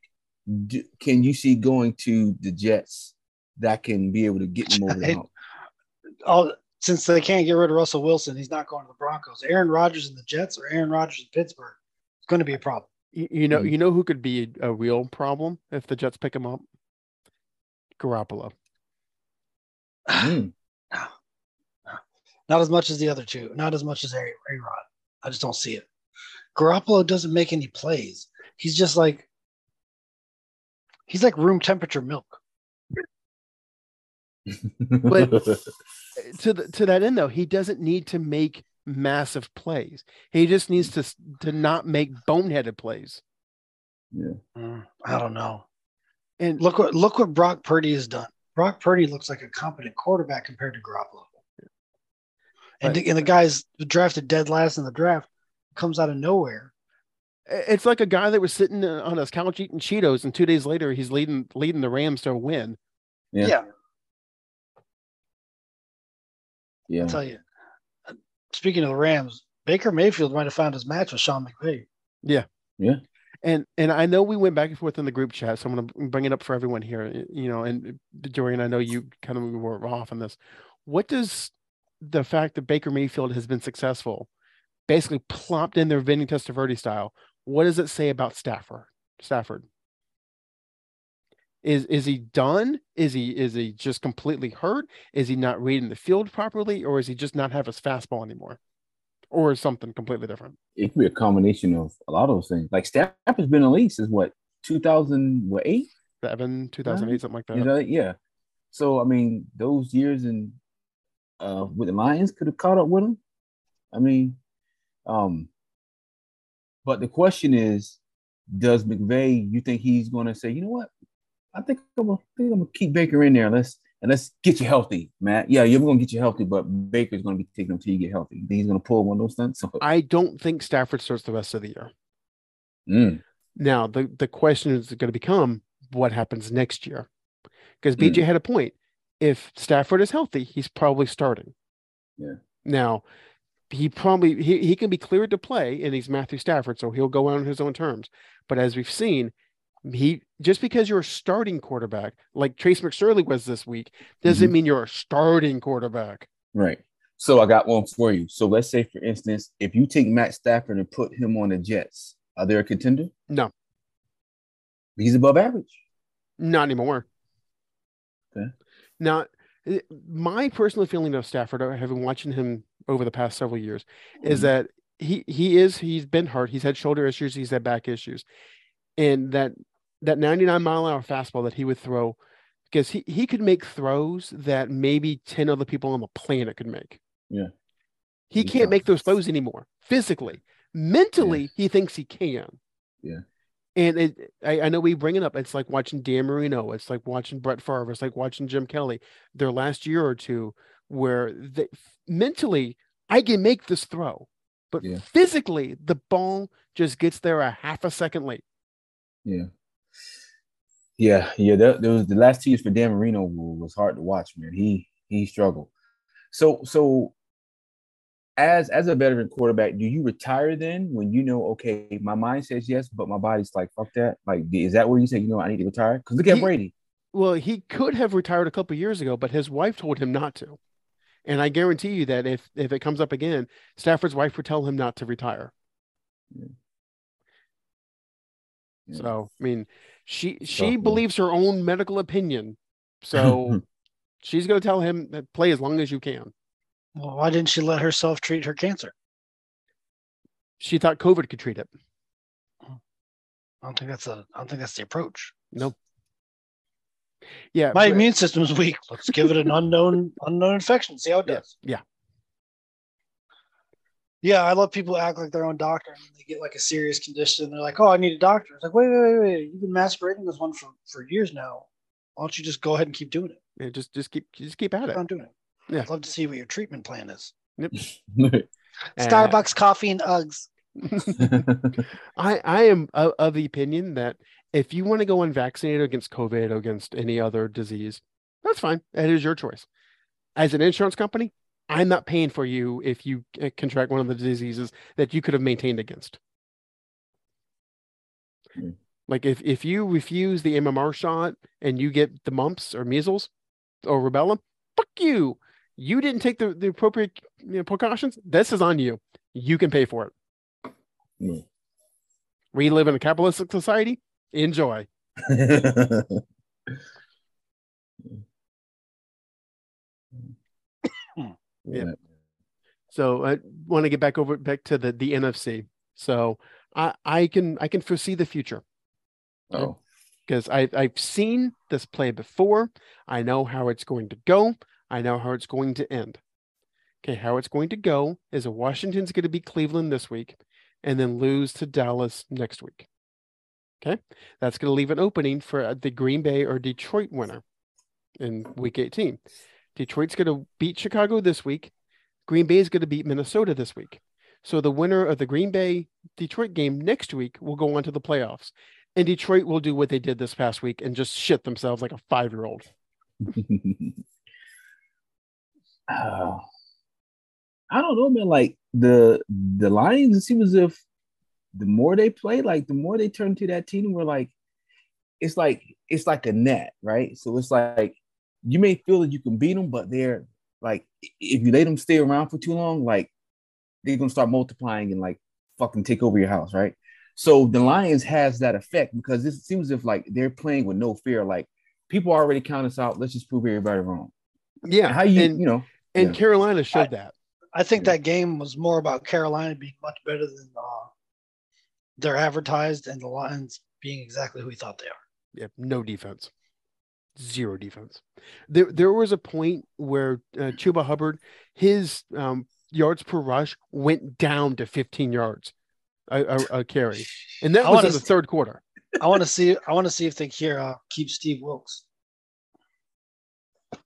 Speaker 2: do, can you see going to the Jets that can be able to get them over the
Speaker 3: Hey.
Speaker 2: hump?
Speaker 3: All since they can't get rid of Russell Wilson, he's not going to the Broncos. Aaron Rodgers and the Jets or Aaron Rodgers in Pittsburgh. It's going to be a problem.
Speaker 1: You, you know,
Speaker 2: Mhm.
Speaker 1: you know who could be a real problem if the Jets pick him up. Garoppolo.
Speaker 2: Mm.
Speaker 3: Not as much as the other two. Not as much as Aaron Rod. I just don't see it. Garoppolo doesn't make any plays. He's just like he's like room temperature milk.
Speaker 1: But- to the, to that end though he doesn't need to make massive plays he just needs to s- to not make boneheaded plays
Speaker 3: Mm, I don't know.
Speaker 1: and
Speaker 3: Look what look what Brock Purdy has done. Brock Purdy looks like a competent quarterback compared to Garoppolo. And,
Speaker 1: Right.
Speaker 3: the, and the guy's drafted dead last in the draft, comes out of nowhere.
Speaker 1: it's like a guy that was sitting on his couch eating cheetos and two days later he's leading leading the rams to a win
Speaker 2: Yeah.
Speaker 3: yeah
Speaker 2: yeah.
Speaker 3: I'll tell you. Speaking of the Rams, Baker Mayfield might have found his match with Sean McVay.
Speaker 1: and and I know we went back and forth in the group chat, so I'm going to bring it up for everyone here. You know, and Dorian, I know you kind of were off on this. What does the fact that Baker Mayfield has been successful, basically plopped in their Vinny Testaverde style, what does it say about Stafford? Stafford is is he done? Is he is he just completely hurt? Is he not reading the field properly, or is he just not have his fastball anymore, or is something completely different?
Speaker 2: It could be a combination of a lot of those things. Like Stafford's been in the league since what 2008.
Speaker 1: Seven, two thousand eight, something like that.
Speaker 2: You know, yeah. So I mean, those years in uh with the Lions could have caught up with him. I mean, um, but the question is, does McVay? You think he's going to say, you know what? I think I'm gonna I think I'm gonna keep Baker in there. Let's and let's get you healthy, Matt. Yeah, you're gonna get you healthy, but Baker's gonna be taking until you get healthy. You think he's gonna pull one of those stunts? So,
Speaker 1: I don't think Stafford starts the rest of the year.
Speaker 2: mm,
Speaker 1: Now, the, the question is going to become what happens next year? Because BJ had a point. If Stafford is healthy, he's probably starting.
Speaker 2: Yeah.
Speaker 1: Now, he probably he, he can be cleared to play and he's Matthew Stafford, so he'll go out on his own terms. But as we've seen, he just because you're a starting quarterback, like Trace McSurley was this week, doesn't mean you're a starting quarterback.
Speaker 2: right. So I got one for you. So let's say, for instance, if you take Matt Stafford and put him on the Jets, are they a contender?
Speaker 1: No,
Speaker 2: He's above average.
Speaker 1: Not anymore.
Speaker 2: Okay.
Speaker 1: Now, it- my personal feeling of Stafford, uh, having watching him over the past several years,
Speaker 2: Mm-hmm.
Speaker 1: is that he he is he's been hurt. He's had shoulder issues. He's had back issues, and that that 99 mile an hour fastball that he would throw, because he he could make throws that maybe 10 other people on the planet could make.
Speaker 2: Yeah.
Speaker 1: He
Speaker 2: He's
Speaker 1: can't
Speaker 2: not-
Speaker 1: make those throws anymore. Physically, mentally, he thinks he can.
Speaker 2: Yeah.
Speaker 1: And it, I, I know we bring it up. It's like watching Dan Marino. It's like watching Brett Favre. It's like watching Jim Kelly. Their last year or two, where they, mentally I can make this throw, but
Speaker 2: Yeah.
Speaker 1: physically the ball just gets there a half a second late.
Speaker 2: Yeah. Yeah, yeah. That, that was the last two years for Dan Marino wa- was hard to watch, man. He he struggled. So so as as a veteran quarterback, do you retire then when you know okay, my mind says yes, but my body's like fuck that? Like is that where you say, you know, I need to retire? Because look at
Speaker 1: He-
Speaker 2: Brady.
Speaker 1: Well, he could have retired a couple years ago, but his wife told him not to. And I guarantee you that if if it comes up again, Stafford's wife would tell him not to retire.
Speaker 2: Yeah.
Speaker 1: So I mean, she she
Speaker 2: Tough one.
Speaker 1: believes her own medical opinion, so she's going to tell him that play as long as you can.
Speaker 3: Well, why didn't she let herself treat her cancer?
Speaker 1: She thought COVID could treat it.
Speaker 3: I don't think that's a I don't think that's the approach.
Speaker 1: Yeah,
Speaker 3: My
Speaker 1: but-
Speaker 3: immune system's weak. Let's give it an unknown unknown infection. See how it
Speaker 1: Yeah,
Speaker 3: does.
Speaker 1: yeah.
Speaker 3: Yeah, I love people who act like their own doctor and they get like a serious condition and they're like, Oh, I need a doctor. It's like, wait, wait, wait, wait. You've been masquerading as one for, for years now. Why don't you just go ahead and keep doing it?
Speaker 1: yeah, just just keep just keep at it.
Speaker 3: Keep on doing it.
Speaker 1: Yeah.
Speaker 3: I'd love to see what your treatment plan is.
Speaker 1: Uh,
Speaker 3: Starbucks coffee and Uggs.
Speaker 2: Hmm.
Speaker 1: I, I am of, of the opinion that if you want to go unvaccinated against COVID or against any other disease, that's fine. It is your choice. As an insurance company, I'm not paying for you if you uh, contract one of the diseases that you could have maintained against.
Speaker 2: Mm.
Speaker 1: Like if, if you refuse the MMR shot and you get the mumps or measles or rubella, fuck you. You didn't take the, the appropriate you know, precautions. This is on you. You can pay for it.
Speaker 2: Yeah.
Speaker 1: We live in a capitalistic society. Enjoy. Yeah. So I want to get back over back to the the NFC. So I I can I can foresee the future
Speaker 2: Oh.
Speaker 1: because I I've seen this play before. I know how it's going to go. I know how it's going to end. Okay, how it's going to go is that Washington's going to be Cleveland this week, and then lose to Dallas next week. Okay, that's going to leave an opening for uh, the Green Bay or Detroit winner in Week 18. Detroit's going to beat Chicago this week. Green Bay is going to beat Minnesota this week. So the winner of the Green Bay Detroit game next week will go on to the playoffs. And Detroit will do what they did this past week and just shit themselves like a five year old.
Speaker 2: Oh, I don't know, man. Like the the Lions, it seems as if the more they play, like the more they turn to that team, we're like, it's like it's like a net, right? So it's like you may feel that you can beat them, but they're like if you let them stay around for too long, like they're gonna start multiplying and like fucking take over your house, right? So the Lions has that effect because it seems as if like they're playing with no fear. Like people already count us out. Let's just prove everybody wrong.
Speaker 1: Yeah.
Speaker 2: How you
Speaker 1: and,
Speaker 2: you know
Speaker 1: and
Speaker 2: yeah.
Speaker 1: Carolina showed that.
Speaker 3: I think that game was more about Carolina being much better than uh, they're advertised and the Lions being exactly who we thought they are.
Speaker 1: Yeah, no defense. Zero defense. There, there was a point where uh, Chuba Hubbard, his um, yards per rush went down to 15 yards a, a, a carry, and that
Speaker 3: I
Speaker 1: was
Speaker 3: wanna
Speaker 1: in the
Speaker 3: see-
Speaker 1: third quarter.
Speaker 3: I want to see. I want to see if they here uh, keep Steve Wilkes.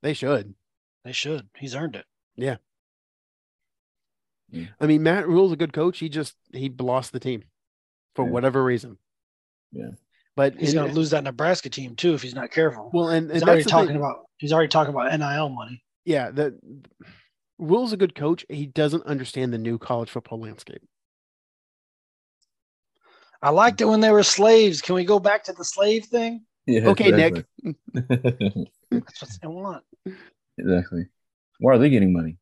Speaker 1: They should.
Speaker 3: They should. He's earned it.
Speaker 1: I mean, Matt Rule's a good coach. He just he lost the team for
Speaker 2: Yeah.
Speaker 1: whatever reason.
Speaker 2: Yeah.
Speaker 1: but
Speaker 3: He's
Speaker 1: and-
Speaker 3: going to lose that Nebraska team too if he's not careful.
Speaker 1: Well, and, and
Speaker 3: he's
Speaker 1: that's
Speaker 3: already
Speaker 1: the thing.
Speaker 3: talking about. He's already talking about NIL money.
Speaker 1: yeah, that Will's a good coach. He doesn't understand the new college football landscape.
Speaker 3: I liked it when they were slaves. Can we go back to the slave thing?
Speaker 2: Yeah,
Speaker 1: Okay, Nick.
Speaker 2: Nick.
Speaker 3: That's what I want.
Speaker 2: exactly. Why are they getting money?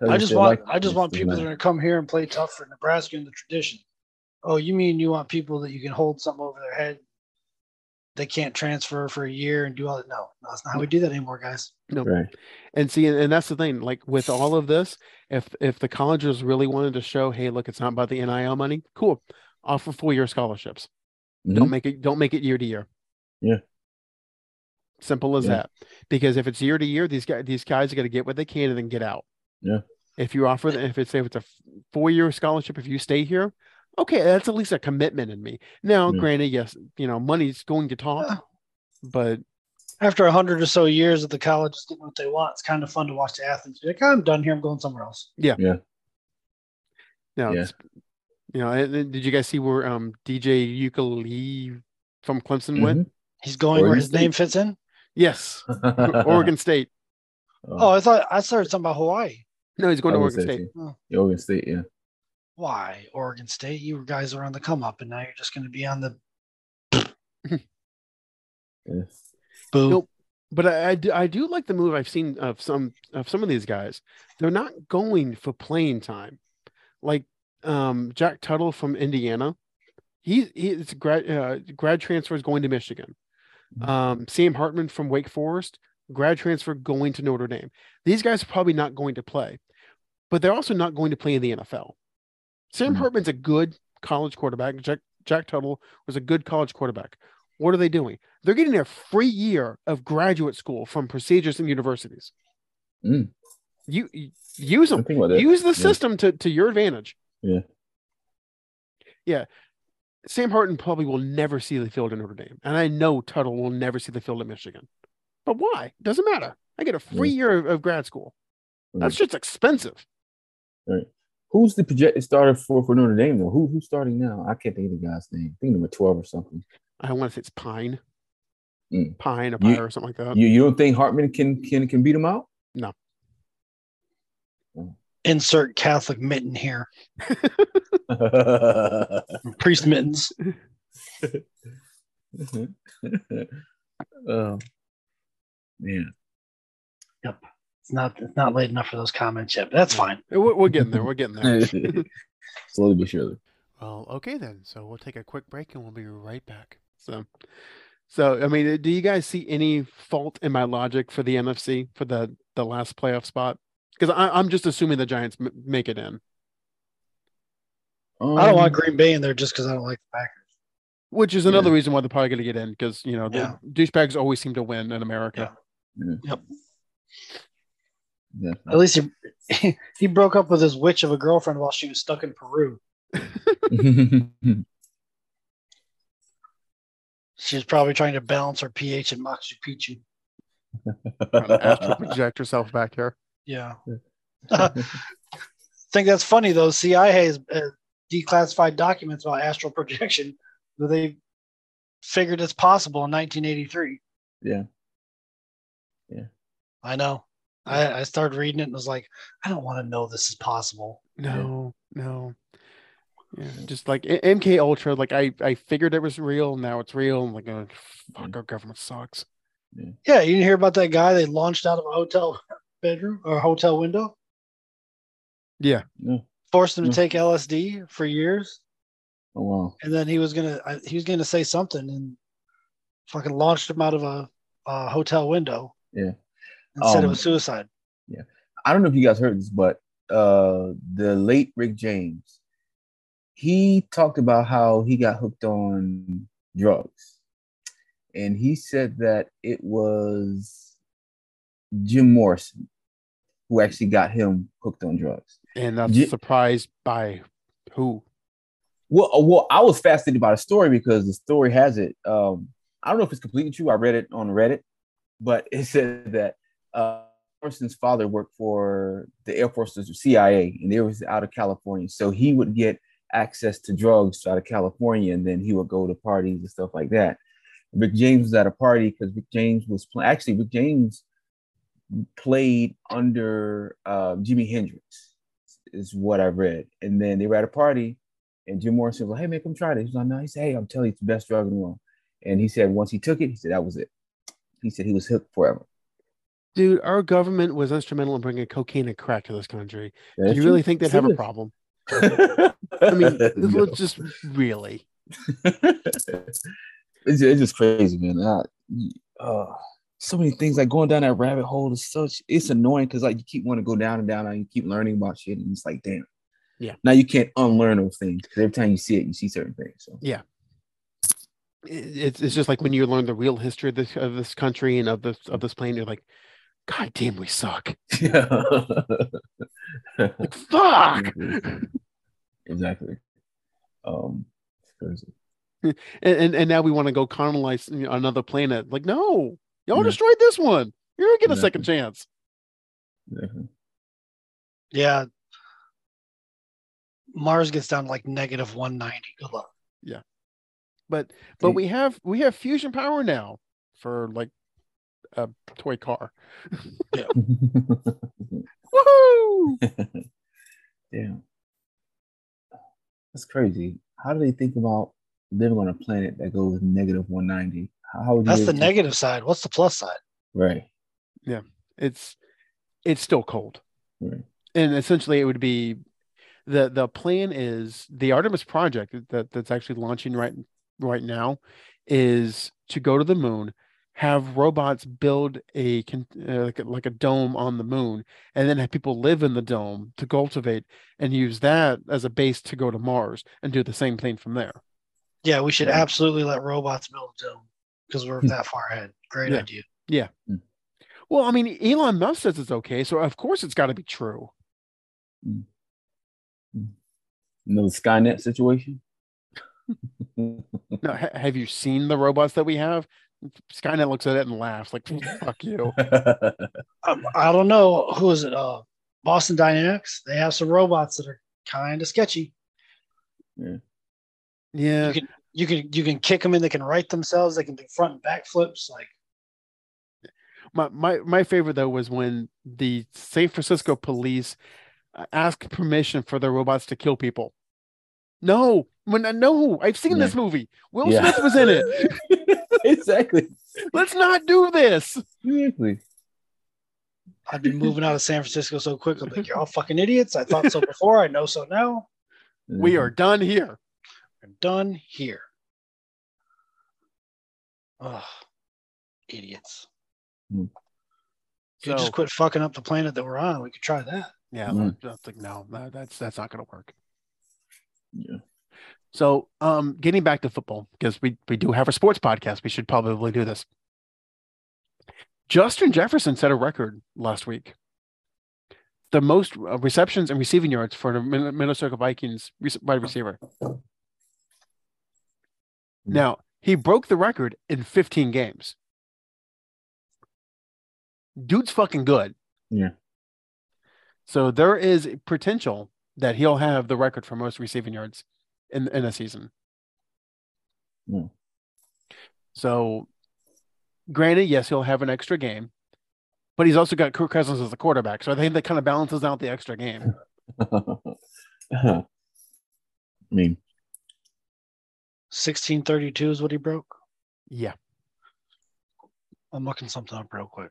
Speaker 2: 'Cause
Speaker 3: I
Speaker 2: if
Speaker 3: just
Speaker 2: they
Speaker 3: want.
Speaker 2: like
Speaker 3: I just
Speaker 2: us,
Speaker 3: want
Speaker 2: they
Speaker 3: people that
Speaker 2: like
Speaker 3: are going to come here and play tough for Nebraska and the tradition. Oh, you mean you want people that you can hold something over their head? They can't transfer for a year and do all that. No, no, that's not how we do that anymore, guys.
Speaker 1: are-
Speaker 2: it. right.
Speaker 1: And see, and, and that's the thing. Like with all of this, if if the colleges really wanted to show, hey, look, it's not about the NIL money. Cool, offer four year scholarships. Don't
Speaker 2: Mhm.
Speaker 1: make it. Don't make it year to year.
Speaker 2: Yeah.
Speaker 1: Simple as
Speaker 2: Yeah.
Speaker 1: that. Because if it's year to year, these guys these guys are going to get what they can and then get out.
Speaker 2: Yeah.
Speaker 1: If you offer, the- if it's if it's a four year scholarship, if you stay here, okay, that's at least a commitment in me. Now,
Speaker 2: Yeah.
Speaker 1: granted, yes, you know, money's going to
Speaker 3: Yeah.
Speaker 1: talk, but
Speaker 3: after a hundred or so years of the colleges getting what they want, it's kind of fun to watch the athletes be like, I'm done here. I'm going somewhere else.
Speaker 1: No,
Speaker 2: Yeah.
Speaker 1: it's, you know, and then did you guys see where um DJ Ukulele from Clemson went?
Speaker 2: Mhm.
Speaker 3: He's going where
Speaker 2: Oregon
Speaker 3: his name fits in.
Speaker 1: Yes, Oregon State.
Speaker 3: Oh, I thought I started something about Hawaii.
Speaker 1: No, he's going
Speaker 2: I
Speaker 1: to
Speaker 2: would
Speaker 1: Oregon
Speaker 2: say
Speaker 1: State.
Speaker 2: so.
Speaker 3: Oh.
Speaker 2: Yeah, Oregon State, yeah.
Speaker 3: Why Oregon State? You guys are on the come up, and now you're just going to be on the
Speaker 2: yeah.
Speaker 3: boo.
Speaker 1: Nope. But I, I do, I do like the move I've seen of some of some of these guys. They're not going for playing time, like um Jack Tuttle from Indiana. He he's grad uh, grad transfer is going to Michigan.
Speaker 2: Mhm.
Speaker 1: Um, Sam Hartman from Wake Forest, grad transfer going to Notre Dame. These guys are probably not going to play, but they're also not going to play in the NFL. Sam
Speaker 2: Mhm.
Speaker 1: Hartman's a good college quarterback. Jack Jack Tuttle was a good college quarterback. What are they doing? They're getting a free year of graduate school from prestigious universities.
Speaker 2: Mm.
Speaker 1: You, you use
Speaker 2: I'm
Speaker 1: them.
Speaker 2: thinking about that.
Speaker 1: Use the system to, to your advantage.
Speaker 2: Yeah.
Speaker 1: Yeah. Sam Harton probably will never see the field at Notre Dame. And I know Tuttle will never see the field at Michigan. But why? Doesn't matter. I get a free year of, of grad school. That's just expensive.
Speaker 2: Who's the projected starter for, for Notre Dame though? Who who's starting now? I can't think of the guy's name. I think number twelve or something.
Speaker 1: I want to say it's Pine.
Speaker 2: Mm.
Speaker 1: Pine, a
Speaker 2: You-
Speaker 1: pie or something like
Speaker 3: Uh,
Speaker 1: that.
Speaker 2: You you don't think Hartman can can can beat him out?
Speaker 3: Insert Catholic mitten here.
Speaker 2: uh,
Speaker 3: Priest mittens.
Speaker 2: Oh, man,
Speaker 3: It's not. It's not late enough for those comments yet. But that's fine.
Speaker 1: we're, we're getting there. We're getting there.
Speaker 2: slowly but surely.
Speaker 1: Well, okay then. So we'll take a quick break and we'll be right back. So, so I mean, do you guys see any fault in my logic for the NFC for the the last playoff spot? Because I'm just assuming the Giants m- make it in.
Speaker 3: I don't
Speaker 2: Um,
Speaker 3: Um, want Green Bay in there just because I don't like the Packers.
Speaker 1: which is another reason why they're probably going to get in because you know the
Speaker 3: Yeah.
Speaker 1: douchebags always seem to win in America.
Speaker 2: Yeah.
Speaker 3: At least he he broke up with his witch of a girlfriend while she was stuck in Peru. She was probably trying to balance her pH in Machu Picchu.
Speaker 1: Trying to astral project herself back here.
Speaker 3: Yeah. think that's funny though. CIA has uh, declassified documents about astral projection that they figured it's possible in 1983.
Speaker 2: Yeah. Yeah.
Speaker 3: I know. I, I started reading it and was like, I don't want to know this is possible.
Speaker 1: No, no. Yeah, just like A- MK Ultra, like I, I figured it was real. Now it's real. I'm like, oh, fuck, our government sucks.
Speaker 3: Yeah, you didn't hear about that guy they launched out of a hotel bedroom or hotel window,
Speaker 1: Yeah,
Speaker 2: No.
Speaker 3: forced him to
Speaker 2: Mhm.
Speaker 3: take LSD for years,
Speaker 2: Oh wow.
Speaker 3: and then he was gonna I, he was gonna say something and fucking launched him out of a, a hotel window.
Speaker 2: Yeah.
Speaker 3: and said it
Speaker 2: Um,
Speaker 3: was suicide.
Speaker 2: I don't know if you guys heard this, but uh the late Rick James, he talked about how he got hooked on drugs. And he said that it was Jim Morrison who actually got him hooked on drugs.
Speaker 1: and that's
Speaker 2: Ye-
Speaker 1: surprised by who?
Speaker 2: Well, uh, well, I was fascinated by the story because the story has it. Um, I don't know if it's completely true. I read it on Reddit, but it said that uh, Morrison's father worked for the Air Force the CIA, and they was out of California, so he would get access to drugs out of California, and then he would go to parties and stuff like that. Rick James was at a party because Rick James was playing. Actually, Rick James played under uh, Jimi Hendrix, is what I read. And then they were at a party, and Jim Morrison was like, "Hey man, come try this." He's like, "No," he said, "Hey, I'm telling you, it's the best drug in the world." And he said, once he took it, he said that was it. He said he was hooked forever.
Speaker 1: Dude, our government was instrumental in bringing cocaine and crack to this country. Do
Speaker 2: That's
Speaker 1: you really think
Speaker 2: true.
Speaker 1: they'd have a
Speaker 2: Serious.
Speaker 1: problem? I mean,
Speaker 2: No.
Speaker 1: let's just really.
Speaker 2: it's, it's just crazy, man. I, uh, so many things like going down that rabbit hole is such it's annoying because like you keep wanting to go down and down and you keep learning about shit and it's like damn.
Speaker 1: Yeah.
Speaker 2: Now you can't unlearn those things. 'cause Every time you see it, you see certain things. So
Speaker 1: it- It's, it's just like when you learn the real history of this of this country and of this of this plane, you're like, God damn, we suck. Like, fuck.
Speaker 2: exactly. Um, it's crazy.
Speaker 1: And, and and now we want to go colonize you know, another planet. Like, no, y'all
Speaker 2: Yeah.
Speaker 1: destroyed this one. You're gonna get a
Speaker 2: Yeah.
Speaker 1: second chance.
Speaker 2: Exactly.
Speaker 3: Yeah. Mars gets down to like negative 190. Good luck.
Speaker 1: But but
Speaker 2: See-
Speaker 1: we have we have fusion power now for like a toy car. Woohoo!
Speaker 2: Damn. That's crazy. How do they think about living on a planet that goes negative 190? How, how would you
Speaker 3: That's the
Speaker 2: live-
Speaker 3: negative side. What's the plus side?
Speaker 2: Right.
Speaker 1: it's it's still cold.
Speaker 2: Right.
Speaker 1: and essentially it would be the the plan is the Artemis project that that's actually launching right right now is to go to the moon, have robots build a con- uh, like a, like a dome on the moon, and then have people live in the dome to cultivate and use that as a base to go to Mars and do the same thing from there.
Speaker 3: Yeah, we should
Speaker 2: Right.
Speaker 3: absolutely let robots build a dome because we're that far ahead. Great
Speaker 1: Yeah.
Speaker 3: idea.
Speaker 1: Well, I mean, Elon Musk says it's okay, so of course it's got to be true.
Speaker 2: You know the Skynet situation?
Speaker 1: Now, ha- have you seen the robots that we have? Skynet looks at it and laughs like, "Fuck you."
Speaker 3: Um, I don't know. Who is it? Uh, Boston Dynamics. They have some robots that are kind of sketchy.
Speaker 1: Yeah,
Speaker 3: You can you can kick them in. They can write themselves. They can do front and back flips. Like
Speaker 1: my my my favorite though was when the San Francisco police uh, asked permission for their robots to kill people. No, when I know I've seen
Speaker 2: Yeah.
Speaker 1: this movie. Will
Speaker 2: Yeah.
Speaker 1: Smith was in it.
Speaker 2: exactly.
Speaker 1: Let's not do this.
Speaker 2: Seriously.
Speaker 3: I've been moving out of San Francisco so quickly. Like you're all fucking idiots. I thought so before. I know so now.
Speaker 1: We are done here.
Speaker 3: We're done here. Ugh, idiots.
Speaker 1: So,
Speaker 3: Could just quit fucking up the planet that we're on. We could try that.
Speaker 1: yeah,
Speaker 2: Mm.
Speaker 1: that's like no, that- that's that's not gonna work.
Speaker 2: Yeah.
Speaker 1: So, um, getting back to football because we we do have a sports podcast. We should probably do this. Justin Jefferson set a record last week. The most uh, receptions and receiving yards for a Min- Minnesota Vikings rec- wide receiver. Now, he broke the record in 15 games. Dude's fucking good.
Speaker 2: Yeah.
Speaker 1: So there is potential that he'll have the record for most receiving yards in in a season.
Speaker 2: Yeah.
Speaker 1: So, granted, yes, he'll have an extra game, but he's also got Kirk Cousins as the quarterback. So I think that kind of balances out the extra game.
Speaker 2: I mean,
Speaker 3: 1632 is what he broke.
Speaker 1: Yeah.
Speaker 3: I'm looking something up real quick.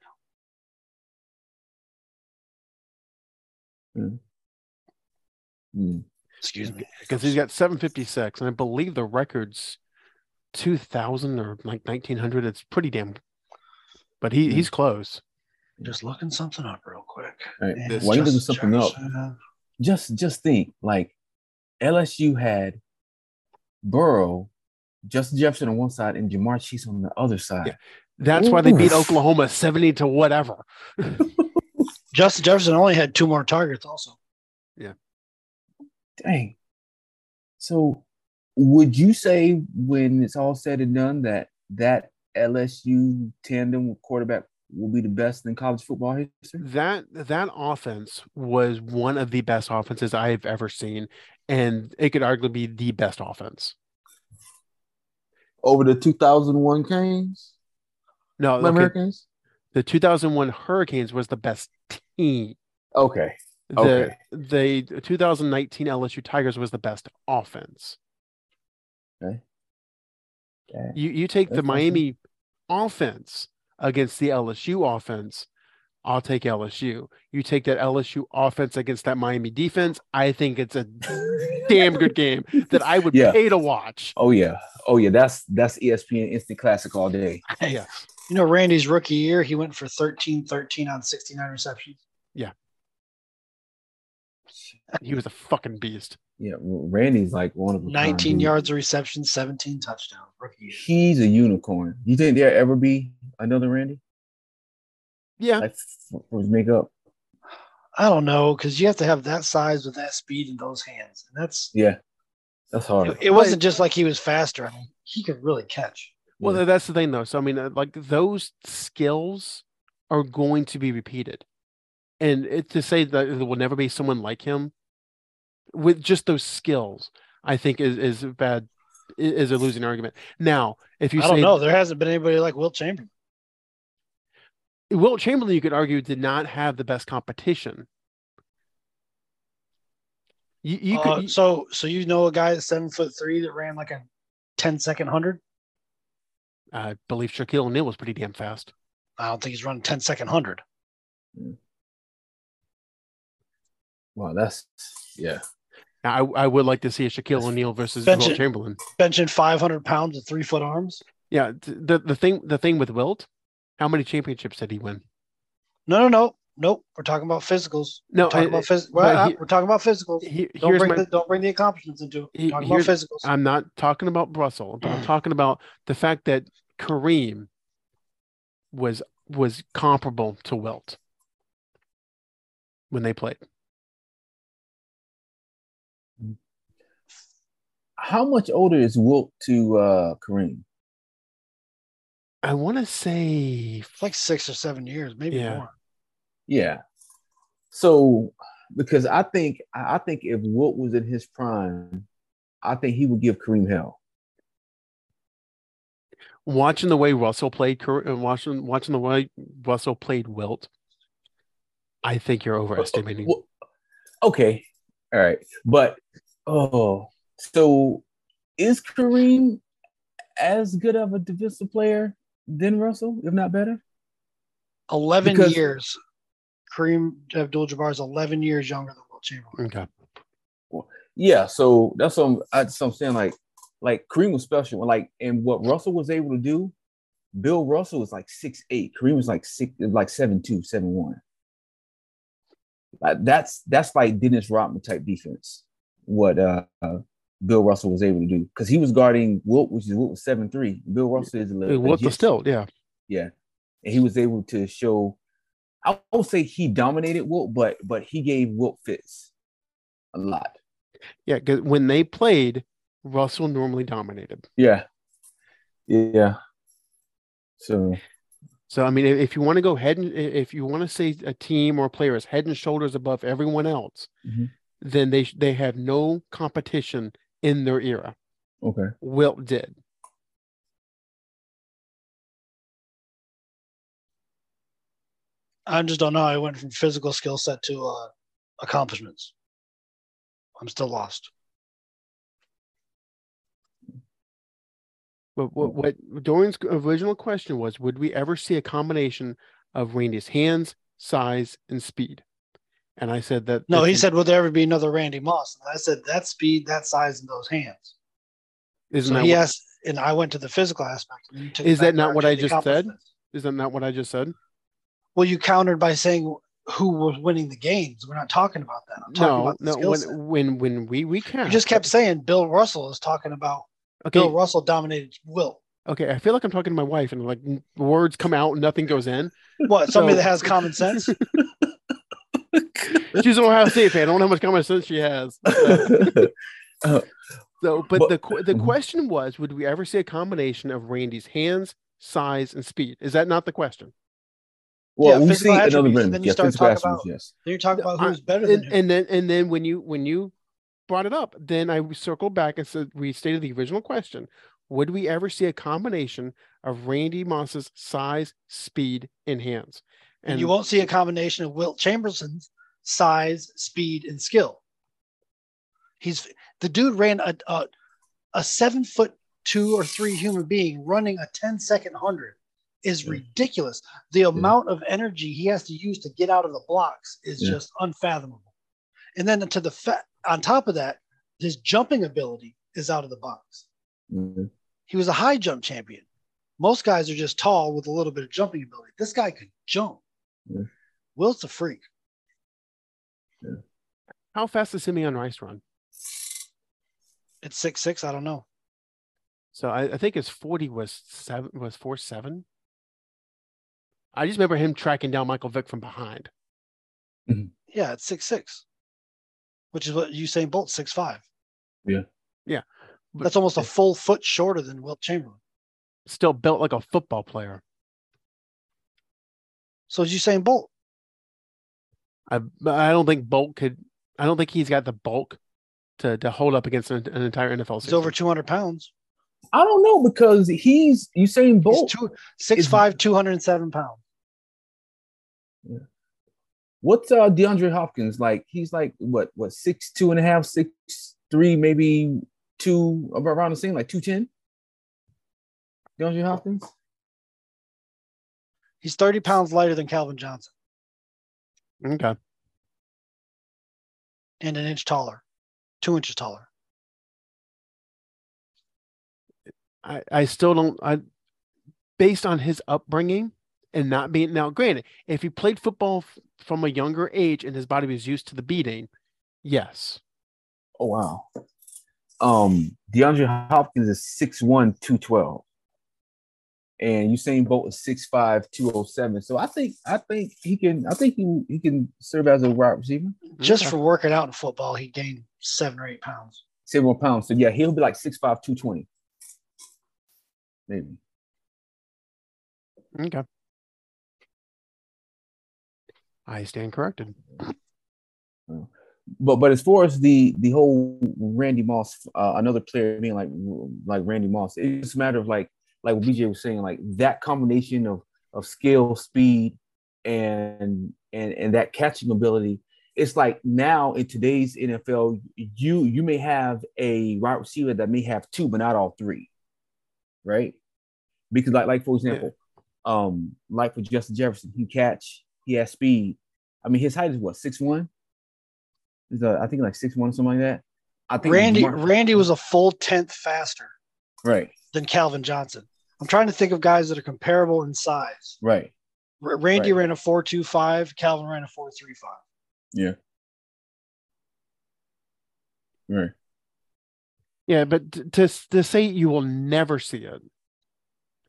Speaker 2: hmm.
Speaker 3: Excuse me.
Speaker 1: because he's got 756 and i believe the records 2000 or like 1900 it's pretty damn but he he's close
Speaker 3: Just looking something up real quick.
Speaker 2: All right,
Speaker 3: And
Speaker 1: this
Speaker 2: Why you looking
Speaker 3: Justin
Speaker 2: something up?
Speaker 3: Jefferson, uh,
Speaker 2: Just just think, like LSU had Burrow, Justin Jefferson on one side, and Jamar Chase on the other side.
Speaker 1: Yeah. that's why they beat
Speaker 2: Oof.
Speaker 1: oklahoma 70 to whatever
Speaker 3: Justin Jefferson only had two more targets, also.
Speaker 2: Dang. So, would you say when it's all said and done that that LSU tandem with quarterback will be the best in college football history?
Speaker 1: that that offense was one of the best offenses i've ever seen and it could arguably be the best offense
Speaker 2: Over the 2001 Canes,
Speaker 1: no Oh, okay,
Speaker 2: Americans.
Speaker 1: the 2001 hurricanes was the best team
Speaker 2: Okay.
Speaker 1: the
Speaker 2: Okay.
Speaker 1: the 2019 lsu tigers was the best offense
Speaker 2: Yeah.
Speaker 1: You you take the
Speaker 2: That's awesome.
Speaker 1: Miami offense against the LSU offense. I'll take LSU. You take that LSU offense against that Miami defense. I think it's a damn good game that I would
Speaker 2: Yeah.
Speaker 1: pay to watch.
Speaker 2: Oh yeah. Oh yeah. That's that's ESPN Instant Classic all day.
Speaker 1: Yeah.
Speaker 3: You know, Randy's rookie year, he went for 13 13 on 69 receptions.
Speaker 1: He was a fucking beast.
Speaker 2: Yeah, Randy's like one of a kind,
Speaker 3: 19
Speaker 2: dude.
Speaker 3: yards of reception, 17 touchdowns. Rookie year.
Speaker 2: He's a unicorn. You think there'll ever be another Randy?
Speaker 1: Yeah.
Speaker 2: Like for for his makeup?
Speaker 3: I don't know, because you have to have that size with that speed and those hands. And that's
Speaker 2: Yeah, that's hard.
Speaker 3: it, it wasn't just like he was faster. I mean, he could really catch.
Speaker 1: Well,
Speaker 2: Yeah.
Speaker 1: that's the thing though. So I mean, uh, like those skills are going to be repeated, and it, to say that there will never be someone like him with just those skills, I think is is a bad i- is a losing argument. Now, if you
Speaker 3: I
Speaker 1: say
Speaker 3: don't know. There hasn't been anybody like Will Chamberlain.
Speaker 1: Will Chamberlain, you could argue did not have the best competition. You, you
Speaker 3: Uh,
Speaker 1: could you-
Speaker 3: so, so you know a guy that's seven foot three that ran like a 10 second hundred?
Speaker 1: I believe Shaquille O'Neal was pretty damn fast.
Speaker 3: I don't think he's running 10 second hundred.
Speaker 2: Wow, that's yeah.
Speaker 1: Now, I I would like to see a Shaquille
Speaker 2: That's-
Speaker 1: O'Neal versus
Speaker 3: Bench
Speaker 1: Will
Speaker 3: it.
Speaker 1: Chamberlain.
Speaker 3: Benching 500 pounds with three foot arms.
Speaker 1: Yeah, th- the the thing the thing with Wilt, how many championships did he win?
Speaker 3: No, no, no, nope. We're talking about physicals.
Speaker 1: No,
Speaker 3: We're talking
Speaker 1: I-
Speaker 3: about phys- well, uh,
Speaker 1: he-
Speaker 3: we're talking about physicals.
Speaker 1: He-
Speaker 3: Don't
Speaker 1: here's
Speaker 3: bring,
Speaker 1: my,
Speaker 3: the, don't bring the accomplishments into it. We're
Speaker 1: He-
Speaker 3: talking about
Speaker 1: here's- uh,
Speaker 3: physicals.
Speaker 1: I'm not talking about Russell, but I'm talking about the fact that Kareem was was comparable to Wilt when they played.
Speaker 2: How much older is Wilt to uh Kareem?
Speaker 1: I want to say
Speaker 3: It's like six or seven years, maybe
Speaker 1: Yeah.
Speaker 3: more.
Speaker 2: Yeah. So because I think I I think if Wilt was in his prime, I think he would give Kareem hell.
Speaker 1: watching the way Russell played, Kar- uh, watching watching the way Russell played Wilt, I think you're overestimating.
Speaker 2: Well, okay. All right. But oh, so is Kareem as good of a defensive player than Russell, if not better?
Speaker 3: 11
Speaker 2: Because-
Speaker 3: years. Kareem Abdul Jabbar is 11 years younger than Will Chamberlain.
Speaker 1: Okay.
Speaker 2: Yeah. So that's what I'm, I, so I'm saying. Like, like Kareem was special. Like, and what Russell was able to do, Bill Russell was like six eight. Kareem was like six, like seven two, seven one. Like that's that's like Dennis Rodman type defense. What uh, uh Bill Russell was able to do because he was guarding Wilt, which is Wilt was seven three. Bill Russell is a
Speaker 1: Hey,
Speaker 2: little
Speaker 1: What the still? Yeah.
Speaker 2: yeah, and he was able to show. I won't say he dominated Wilt, but but he gave Wilt fits a lot.
Speaker 1: Yeah. 'cause when they played, Russell normally dominated.
Speaker 2: Yeah, yeah. So
Speaker 1: So, I mean, if, if you want to go head and if you want to say a team or a player is head and shoulders above everyone else,
Speaker 3: Mm-hmm.
Speaker 2: Mhm.
Speaker 1: then they, sh- they have no competition in their era.
Speaker 2: okay,
Speaker 1: Wilt did.
Speaker 3: I just don't know. I went from physical skill set to uh, accomplishments. I'm still lost.
Speaker 1: But what,
Speaker 3: Mm-hmm.
Speaker 1: what Dorian's original question was would we ever see a combination of Randy's hands, size, and speed? And I said that.
Speaker 3: No,
Speaker 1: that
Speaker 3: he said, "Will there ever be another Randy Moss?" And I said, "That speed, that size, and those hands."
Speaker 1: isn't
Speaker 3: So
Speaker 1: that
Speaker 3: he
Speaker 1: what-
Speaker 3: asked, and I went to the physical aspect. and you took it
Speaker 1: Is that
Speaker 3: back
Speaker 1: not
Speaker 3: down
Speaker 1: what
Speaker 3: to
Speaker 1: I
Speaker 3: the
Speaker 1: just said?
Speaker 3: accomplishments.
Speaker 1: isn't that what I just said?
Speaker 3: Well, you countered by saying who was winning the games. We're not talking about that. I'm talking
Speaker 1: No,
Speaker 3: about the
Speaker 1: no.
Speaker 3: skill
Speaker 1: When
Speaker 3: set.
Speaker 1: when when we recap,
Speaker 3: You just kept saying Bill Russell is talking about
Speaker 1: okay.
Speaker 3: Bill Russell dominated Will.
Speaker 1: Okay, I feel like I'm talking to my wife, and like n- words come out, and nothing goes in.
Speaker 3: What? Somebody
Speaker 1: So-
Speaker 3: that has common sense?
Speaker 1: She's an Ohio State fan. I don't know how much common sense she has. So, but
Speaker 2: But-
Speaker 1: the qu- the
Speaker 2: Mhm.
Speaker 1: question was, would we ever see a combination of Randy's hands, size, and speed? Is that not the question?
Speaker 2: well, we see
Speaker 3: physical
Speaker 2: another
Speaker 3: attributes,
Speaker 2: Brandon.
Speaker 3: then you
Speaker 2: Yeah,
Speaker 3: start
Speaker 2: physical
Speaker 3: talking
Speaker 2: attributes.
Speaker 3: about-
Speaker 2: Yes.
Speaker 3: then you're talking about
Speaker 1: I-
Speaker 3: who's better than
Speaker 1: And,
Speaker 3: who.
Speaker 1: and then and then when you when you brought it up, then I circled back and said we stated the original question: Would we ever see a combination of Randy Moss's size, speed, and hands?
Speaker 3: and you won't see a combination of Wilt Chamberlain's size, speed, and skill. He's the dude ran a a, a seven foot two or three human being running a 10 second hundred is
Speaker 2: Yeah.
Speaker 3: ridiculous. The amount of energy he has to use to get out of the blocks is
Speaker 2: Yeah.
Speaker 3: just unfathomable. And then to the fa- on top of that, his jumping ability is out of the box.
Speaker 2: Mhm.
Speaker 3: He was a high jump champion. Most guys are just tall with a little bit of jumping ability. This guy could jump.
Speaker 2: Yeah.
Speaker 3: Wilt's a freak.
Speaker 1: how fast does Simeon Rice run?
Speaker 3: It's six six. I don't know.
Speaker 1: So I, I think his 40 was seven was four seven. I just remember him tracking down Michael Vick from behind.
Speaker 3: Yeah, it's six six, which is what Usain Bolt six five.
Speaker 2: Yeah.
Speaker 1: Yeah.
Speaker 3: That's almost a full foot shorter than Wilt Chamberlain.
Speaker 1: Still built like a football player.
Speaker 3: So is Usain Bolt.
Speaker 1: I but I don't think Bolt could I don't think he's got the bulk to to hold up against an, an entire NFL
Speaker 3: He's
Speaker 1: season.
Speaker 3: over two hundred pounds.
Speaker 2: I don't know because he's Usain Bolt.
Speaker 3: He's two, six five, two hundred and seven pounds.
Speaker 2: What's uh DeAndre Hopkins like? He's like what what six two and a half, six three, maybe two ab- around the same, like two ten. DeAndre Hopkins.
Speaker 3: He's thirty pounds lighter than Calvin Johnson
Speaker 1: okay.
Speaker 3: and an inch taller, two inches taller.
Speaker 1: I, I still don't I based on his upbringing and not being now granted if he played football f- from a younger age and his body was used to the beating yes
Speaker 2: Oh wow. Um, DeAndre Hopkins is six one, two twelve, and Usain Bolt is six five, two oh seven. So I think I think he can I think he he can serve as a wide receiver.
Speaker 3: Just
Speaker 1: Okay.
Speaker 3: for working out in football, he gained seven or eight pounds.
Speaker 2: Save more pounds. So yeah, he'll be like six five, two twenty, Maybe.
Speaker 1: Okay. I stand corrected.
Speaker 2: but but as far as the the whole Randy Moss, uh, another player being like like Randy Moss, it's a matter of like like what BJ was saying, like that combination of of skill, speed, and and and that catching ability. It's like now in today's NFL, you you may have a wide receiver that may have two, but not all three, right? Because like like for example, um, like for Justin Jefferson, he catch, he has speed. I mean, his height is what six one. Is uh, I think like six one or something like that. I think
Speaker 3: Randy
Speaker 2: Mar-
Speaker 3: Randy was a full tenth faster
Speaker 2: right,
Speaker 3: than Calvin Johnson. I'm trying to think of guys that are comparable in size.
Speaker 2: right.
Speaker 3: R- Randy
Speaker 2: Right.
Speaker 3: ran a four two five. Calvin ran a four three five.
Speaker 2: Yeah. Right.
Speaker 1: Yeah, but t- to s- to say you will never see it,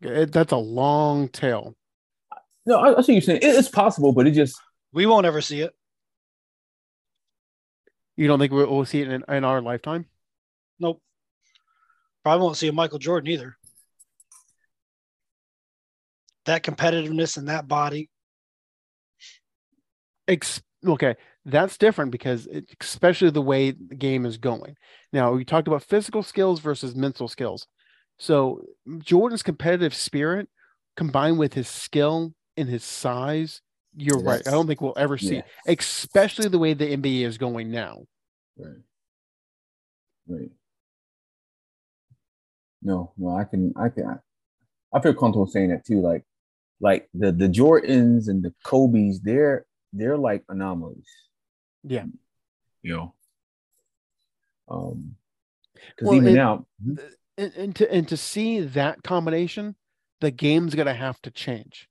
Speaker 1: it that's a long tail.
Speaker 2: No, I, I see what you're saying. It- it's possible, but it just
Speaker 3: We won't ever see it.
Speaker 1: You don't think we'll, we'll see it in, in our lifetime?
Speaker 3: Nope. Probably won't see a Michael Jordan either. That competitiveness and that body.
Speaker 1: Ex- okay, that's different because it, especially the way the game is going. Now we talked about physical skills versus mental skills. So Jordan's competitive spirit combined with his skill and his size, you're
Speaker 2: Yeah,
Speaker 1: right. I don't think we'll ever see,
Speaker 2: yeah.
Speaker 1: it, especially the way the NBA is going now.
Speaker 2: Right. Right. No, no, I can, I can, I, I feel comfortable saying that too. Like, like the the Jordans and the Kobe's, they're they're like anomalies.
Speaker 1: Yeah.
Speaker 2: You know. Um, because
Speaker 1: Well,
Speaker 2: even
Speaker 1: it-
Speaker 2: now,
Speaker 1: and, and to and to see that combination, the game's gonna have to change.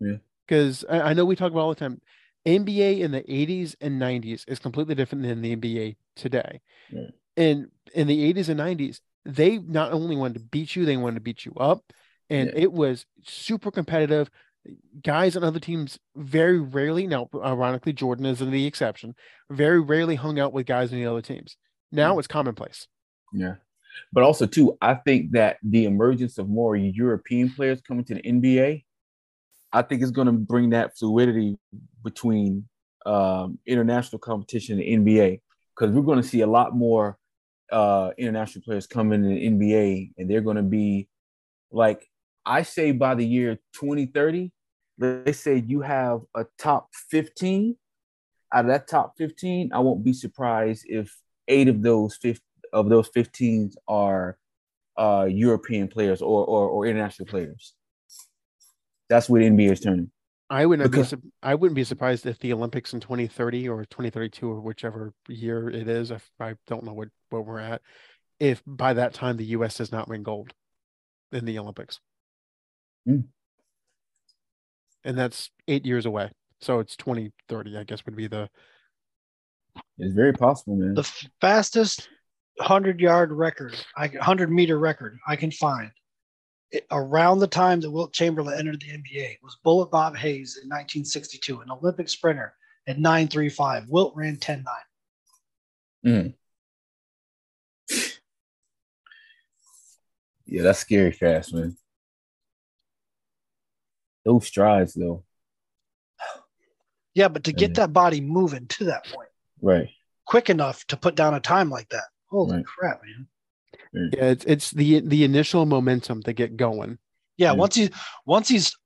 Speaker 2: Yeah.
Speaker 1: Because I, I know we talk about all the time, NBA in the 80s and 90s is completely different than the NBA today.
Speaker 2: Yeah.
Speaker 1: And in the 80s and 90s, they not only wanted to beat you, they wanted to beat you up. And
Speaker 2: Yeah.
Speaker 1: it was super competitive. Guys on other teams very rarely, now ironically, Jordan is the exception, very rarely hung out with guys on the other teams. Now
Speaker 2: Yeah.
Speaker 1: it's commonplace.
Speaker 2: yeah. But also too, I think that the emergence of more European players coming to the NBA, I think is going to bring that fluidity between um, international competition and NBA because we're going to see a lot more uh, international players come in the NBA, and they're going to be like I say by the year 2030, they say you have a top 15. Out of that top 15, I won't be surprised if eight of those 15 of those 15s are uh, European players or, or or international players. That's what NBA is turning.
Speaker 1: I would not be
Speaker 2: Because-
Speaker 1: be. I wouldn't be surprised if the Olympics in 2030 or 2032 or whichever year it is. I, f- I don't know what what we're at. If by that time the U.S. does not win gold in the Olympics,
Speaker 2: Mm.
Speaker 1: and that's eight years away. So it's 2030, I guess, would be the
Speaker 2: It's very possible, man.
Speaker 3: The f- fastest 100 yard record, I, 100 meter record I can find it, around the time that Wilt Chamberlain entered the NBA was Bullet Bob Hayes in 1962, an Olympic sprinter at 9.35. Wilt ran 10.9.
Speaker 2: Mm. Yeah, that's scary fast, man. Those strides, though.
Speaker 3: Yeah, but to get
Speaker 2: Mhm.
Speaker 3: that body moving to that point
Speaker 2: Right.
Speaker 3: quick enough to put down a time like that. Holy
Speaker 2: Right.
Speaker 3: crap, man.
Speaker 1: yeah, it's it's the the initial momentum to get going.
Speaker 3: Yeah,
Speaker 2: Mhm.
Speaker 3: once he once he's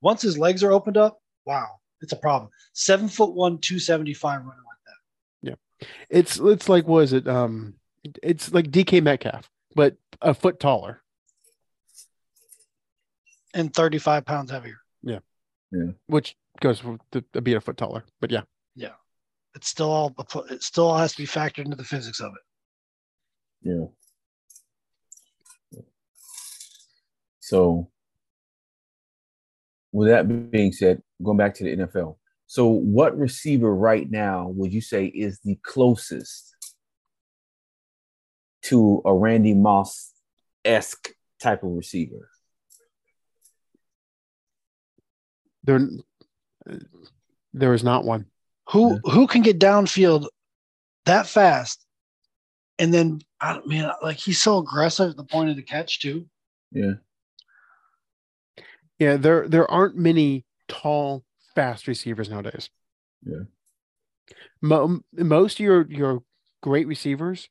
Speaker 3: once his legs are opened up, wow, it's a problem. Seven foot one, two seventy five running like that.
Speaker 1: It's it's like was it um it's like DK Metcalf but a foot taller.
Speaker 3: And thirty five pounds heavier.
Speaker 1: which goes for to, to be a foot taller. But yeah,
Speaker 3: It's still all it still has to be factored into the physics of it.
Speaker 2: Yeah. So, with that being said, going back to the NFL. So, what receiver right now would you say is the closest to a Randy Moss esque type of receiver?
Speaker 1: there uh, there is not one.
Speaker 3: Who who can get downfield that fast? And then I don't man, like he's so aggressive at the point of the catch too.
Speaker 2: Yeah.
Speaker 1: Yeah, there there aren't many tall, fast receivers nowadays.
Speaker 2: Yeah.
Speaker 1: Mo- most of your your great receivers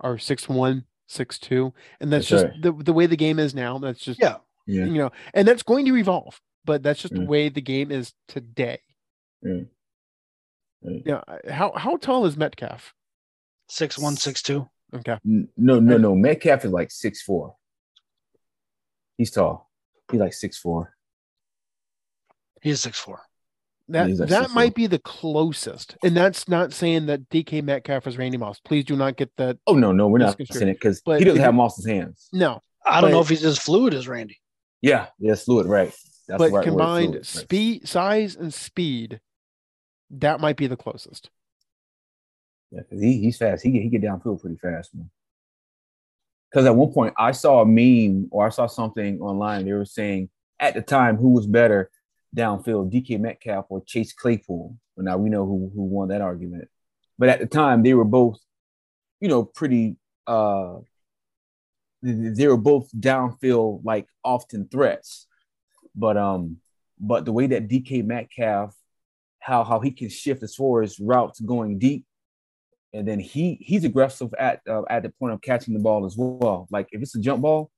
Speaker 1: are six one, six two, and that's,
Speaker 2: That's
Speaker 1: just the the way the game is now. That's just
Speaker 3: Yeah.
Speaker 2: Yeah.
Speaker 1: you know, and that's going to evolve. But that's just the
Speaker 2: Mm.
Speaker 1: way the game is today.
Speaker 2: Mm. Mm.
Speaker 1: Yeah, how how tall is Metcalf?
Speaker 3: Six one, six two.
Speaker 1: Okay,
Speaker 2: N- No, no, no. Metcalf is like six four. He's tall. He's like six four.
Speaker 3: He is six four.
Speaker 1: That
Speaker 2: he's like
Speaker 1: that
Speaker 2: 6'4".
Speaker 1: might be the closest, and that's not saying that DK Metcalf is Randy Moss. Please do not get that.
Speaker 2: Oh no, no, we're not
Speaker 1: That's
Speaker 2: saying it because
Speaker 1: But
Speaker 2: he doesn't
Speaker 1: if
Speaker 2: have
Speaker 1: you-
Speaker 2: Moss's hands.
Speaker 1: No,
Speaker 3: I don't know
Speaker 1: But-
Speaker 3: if he's as fluid as Randy.
Speaker 2: Yeah, yeah, it's fluid, right?
Speaker 1: but
Speaker 2: That's the right word,
Speaker 1: combined
Speaker 2: fluid, right.
Speaker 1: speed, size, and speed, that might be the closest.
Speaker 2: Yeah, 'cause he, he's fast. He get he get downfield pretty fast, man. because at one point I saw a meme or I saw something online. They were saying at the time who was better downfield, DK Metcalf or Chase Claypool. Well, now we know who who won that argument, but at the time they were both, you know, pretty. uh They were both downfield like often threats, but um, but the way that DK Metcalf, how how he can shift as far as routes going deep, and then he he's aggressive at uh, at the point of catching the ball as well. Like if it's a jump ball,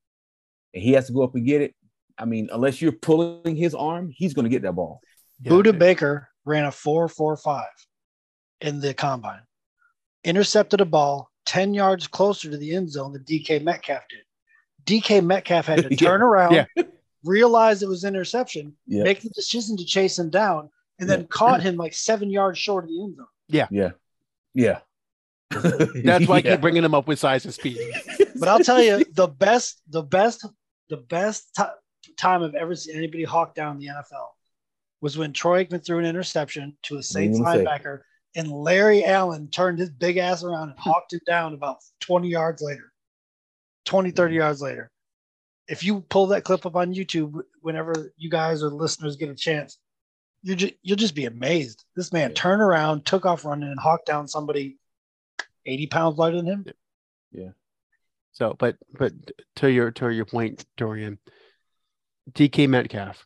Speaker 2: and he has to go up and get it. I mean, unless you're pulling his arm, he's going to get that ball.
Speaker 3: Buda Baker ran a four four five in the combine, intercepted a ball ten yards closer to the end zone than DK Metcalf did. DK Metcalf had to
Speaker 2: Yeah.
Speaker 3: turn around,
Speaker 1: Yeah.
Speaker 3: realize it was interception,
Speaker 2: Yeah.
Speaker 3: make the decision to chase him down, and then
Speaker 2: Yeah.
Speaker 3: caught him like seven yards short of the end zone.
Speaker 2: Yeah, yeah.
Speaker 1: That's why I
Speaker 2: Yeah.
Speaker 1: keep bringing them up with size and speed.
Speaker 3: But I'll tell you, the best, the best, the best ti- time I've ever seen anybody hawk down in the NFL was when Troy Aikman threw an interception to a Saints
Speaker 2: gonna say.
Speaker 3: linebacker, and Larry Allen turned his big ass around and hawked it down about 20 yards later, 20, 30
Speaker 2: Mm-hmm.
Speaker 3: yards later. If you pull that clip up on YouTube, whenever you guys or listeners get a chance, you just, you'll just be amazed. This man
Speaker 2: Yeah.
Speaker 3: turned around, took off running, and hawked down somebody 80 pounds lighter than him.
Speaker 1: So, but but to your to your point, Dorian, DK Metcalf,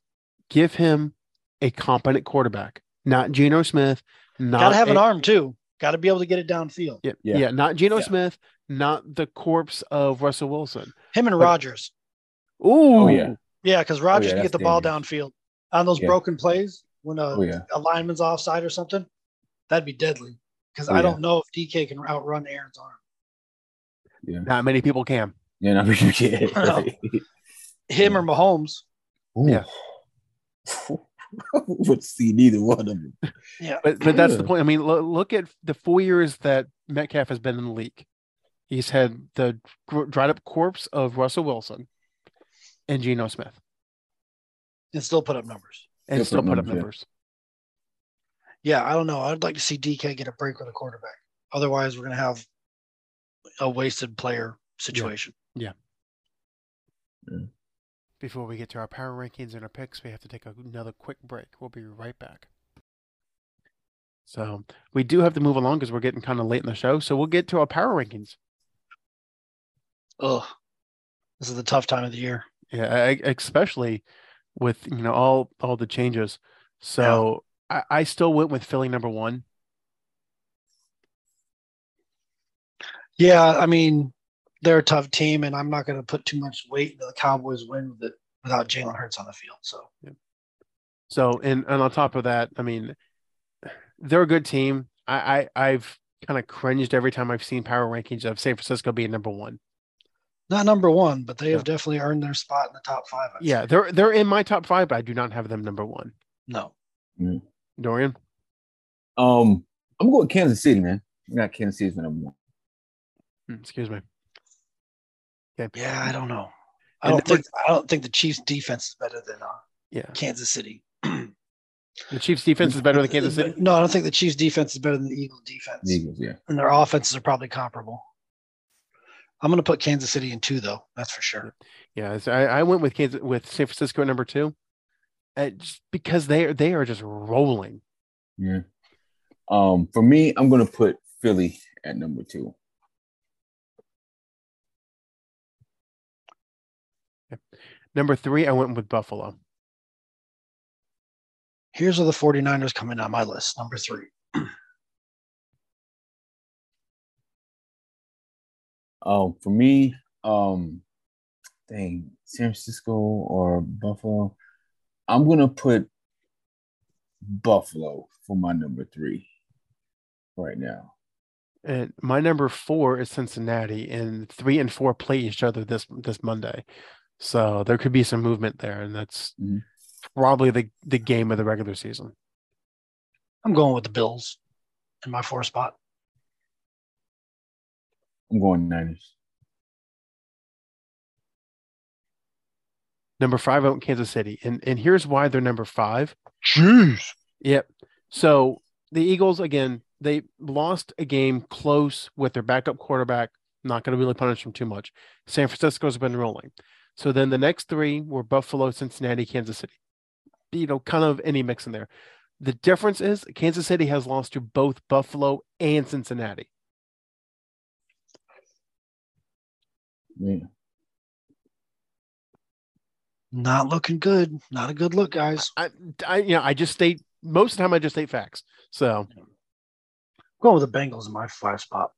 Speaker 1: give him a competent quarterback, not Geno Smith, not
Speaker 3: Got to have an
Speaker 1: a-
Speaker 3: arm too. Got to be able to get it downfield.
Speaker 1: Yeah, yeah.
Speaker 2: Yeah.
Speaker 1: not Geno
Speaker 2: Yeah.
Speaker 1: Smith, not the corpse of Russell Wilson.
Speaker 3: Him and
Speaker 1: But-
Speaker 3: Rogers.
Speaker 1: Ooh,
Speaker 2: Oh, yeah.
Speaker 3: Yeah, because Rogers
Speaker 2: yeah,
Speaker 3: can get the
Speaker 2: that's
Speaker 3: ball
Speaker 2: dangerous.
Speaker 3: downfield on those
Speaker 2: Yeah.
Speaker 3: broken plays when a,
Speaker 2: Oh yeah,
Speaker 3: a lineman's offside or something. That'd be deadly because
Speaker 2: Oh,
Speaker 3: I
Speaker 2: yeah.
Speaker 3: don't know if DK can outrun Aaron's arm.
Speaker 1: not many people can.
Speaker 2: yeah. No, you can't. Right.
Speaker 3: Him
Speaker 2: Yeah.
Speaker 3: or Mahomes.
Speaker 1: Yeah.
Speaker 2: Ooh. Would see neither one of them.
Speaker 1: But but that's the
Speaker 2: Yeah.
Speaker 1: point. I mean, lo- look at the four years that Metcalf has been in the league. He's had the gr- dried up corpse of Russell Wilson and Geno Smith,
Speaker 3: And still put up numbers.
Speaker 1: and
Speaker 2: Different
Speaker 1: still put up
Speaker 2: numbers, yeah.
Speaker 3: Yeah,
Speaker 1: numbers.
Speaker 3: I don't know. I'd like to see DK get a break with a quarterback. Otherwise, we're gonna have a wasted player situation.
Speaker 1: Before we get to our power rankings and our picks, we have to take another quick break. We'll be right back. So we do have to move along because we're getting kind of late in the show. So we'll get to our power rankings.
Speaker 3: Ugh. This is the tough time of the year.
Speaker 1: Yeah, e- especially with you know all all the changes. So I, I still went with Philly number one.
Speaker 3: Yeah, I mean, they're a tough team, and I'm not going to put too much weight into the Cowboys win with it without Jalen Hurts on the field. So
Speaker 1: So and and on top of that, I mean, they're a good team. I, I I've kind of cringed every time I've seen power rankings of San Francisco being number one.
Speaker 3: not number one, but they
Speaker 1: Yeah.
Speaker 3: have definitely earned their spot in the top five. I'd
Speaker 1: Yeah,
Speaker 3: say.
Speaker 1: they're they're in my top five, but I do not have them number one.
Speaker 3: No.
Speaker 1: Dorian.
Speaker 2: Um, I'm going with Kansas City, man. Not Kansas City's my number one.
Speaker 1: Mm, Excuse me. Okay.
Speaker 3: Yeah, I don't know. I
Speaker 1: And
Speaker 3: don't
Speaker 1: then-
Speaker 3: think I don't think the Chiefs' defense is better than uh,
Speaker 1: Yeah.
Speaker 3: Kansas City.
Speaker 1: The Chiefs defense is better than Kansas City.
Speaker 3: No, I don't think the Chiefs' defense is better than the Eagle defense,
Speaker 2: The Eagles, yeah.
Speaker 3: and their offenses are probably comparable. I'm going to put Kansas City in two, though. That's for sure.
Speaker 1: Yeah. So I, I went with Kansas with San Francisco at number two. Uh, just because they are they are just rolling.
Speaker 2: Yeah. Um, for me, I'm gonna put Philly at number two.
Speaker 1: Number three, I went with Buffalo.
Speaker 3: Here's where the 49ers come in on my list, number three.
Speaker 2: Um, for me, um, dang, San Francisco or Buffalo. I'm gonna put Buffalo for my number three right now.
Speaker 1: And Uh, my number four is Cincinnati, and three and four play each other this this Monday. So there could be some movement there, and that's
Speaker 2: Mhm.
Speaker 1: probably the, the game of the regular season.
Speaker 3: I'm going with the Bills in my four spot.
Speaker 2: I'm going Niners.
Speaker 1: Number five, I went Kansas City. And and here's why they're number five.
Speaker 3: Jeez.
Speaker 1: Yep. So the Eagles again, they lost a game close with their backup quarterback Not going to really punish them too much. San Francisco's been rolling. So then the next three were Buffalo, Cincinnati, Kansas City. You know, kind of any mix in there. The difference is Kansas City has lost to both Buffalo and Cincinnati.
Speaker 2: Yeah.
Speaker 3: Not looking good. Not a good look, guys.
Speaker 1: I, I you know, I just state most of the time I just state facts. So
Speaker 3: Going with the Bengals in my five spot.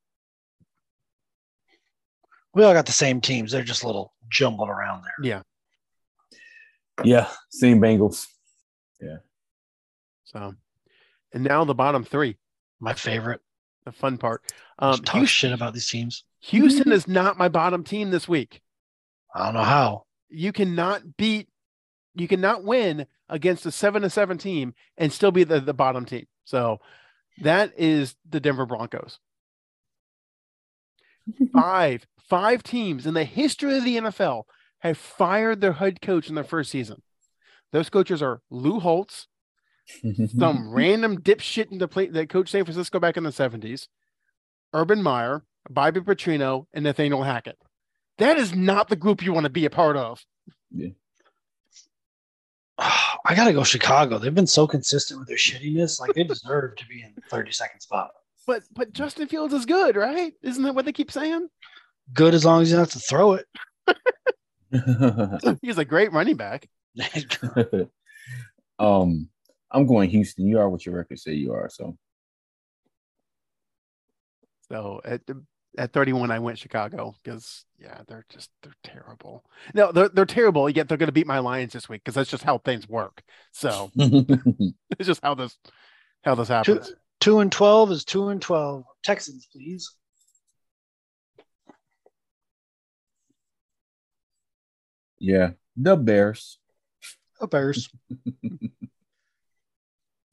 Speaker 3: We all got the same teams. They're just a little jumbled around there.
Speaker 1: yeah,
Speaker 2: Yeah. Same Bengals.
Speaker 1: so and now the bottom three,
Speaker 3: My favorite.
Speaker 1: the fun part.
Speaker 3: Um,
Speaker 1: Um,
Speaker 3: talk
Speaker 1: Houston,
Speaker 3: shit about these teams.
Speaker 1: Houston is not my bottom team this week.
Speaker 3: I don't know how.
Speaker 1: You cannot beat, you cannot win against a seven to seven team and still be the, the bottom team. So that is the Denver Broncos. Five, five teams in the history of the NFL have fired their head coach in their first season. Those coaches are Lou Holtz, some random dipshit in the play that coached San Francisco back in the 70s, Urban Meyer, Bobby Petrino, and Nathaniel Hackett. That is not the group you want to be a part of.
Speaker 3: I gotta go Chicago. They've been so consistent with their shittiness. Like they deserve to be in the 32nd spot.
Speaker 1: But but Justin Fields is good, right? Isn't that what they keep saying?
Speaker 3: Good as long as you don't have to throw it.
Speaker 1: He's a great running back.
Speaker 2: um, I'm going Houston. You are what your record say you are. So
Speaker 1: So at at 31, I went Chicago because yeah, they're just they're terrible. No, they're they're terrible. Yet they're going to beat my Lions this week because that's just how things work. So it's just how this how this
Speaker 3: two,
Speaker 1: happens.
Speaker 3: two and 12 is two and 12. Texans, please.
Speaker 2: yeah, the Bears.
Speaker 3: Go Bears.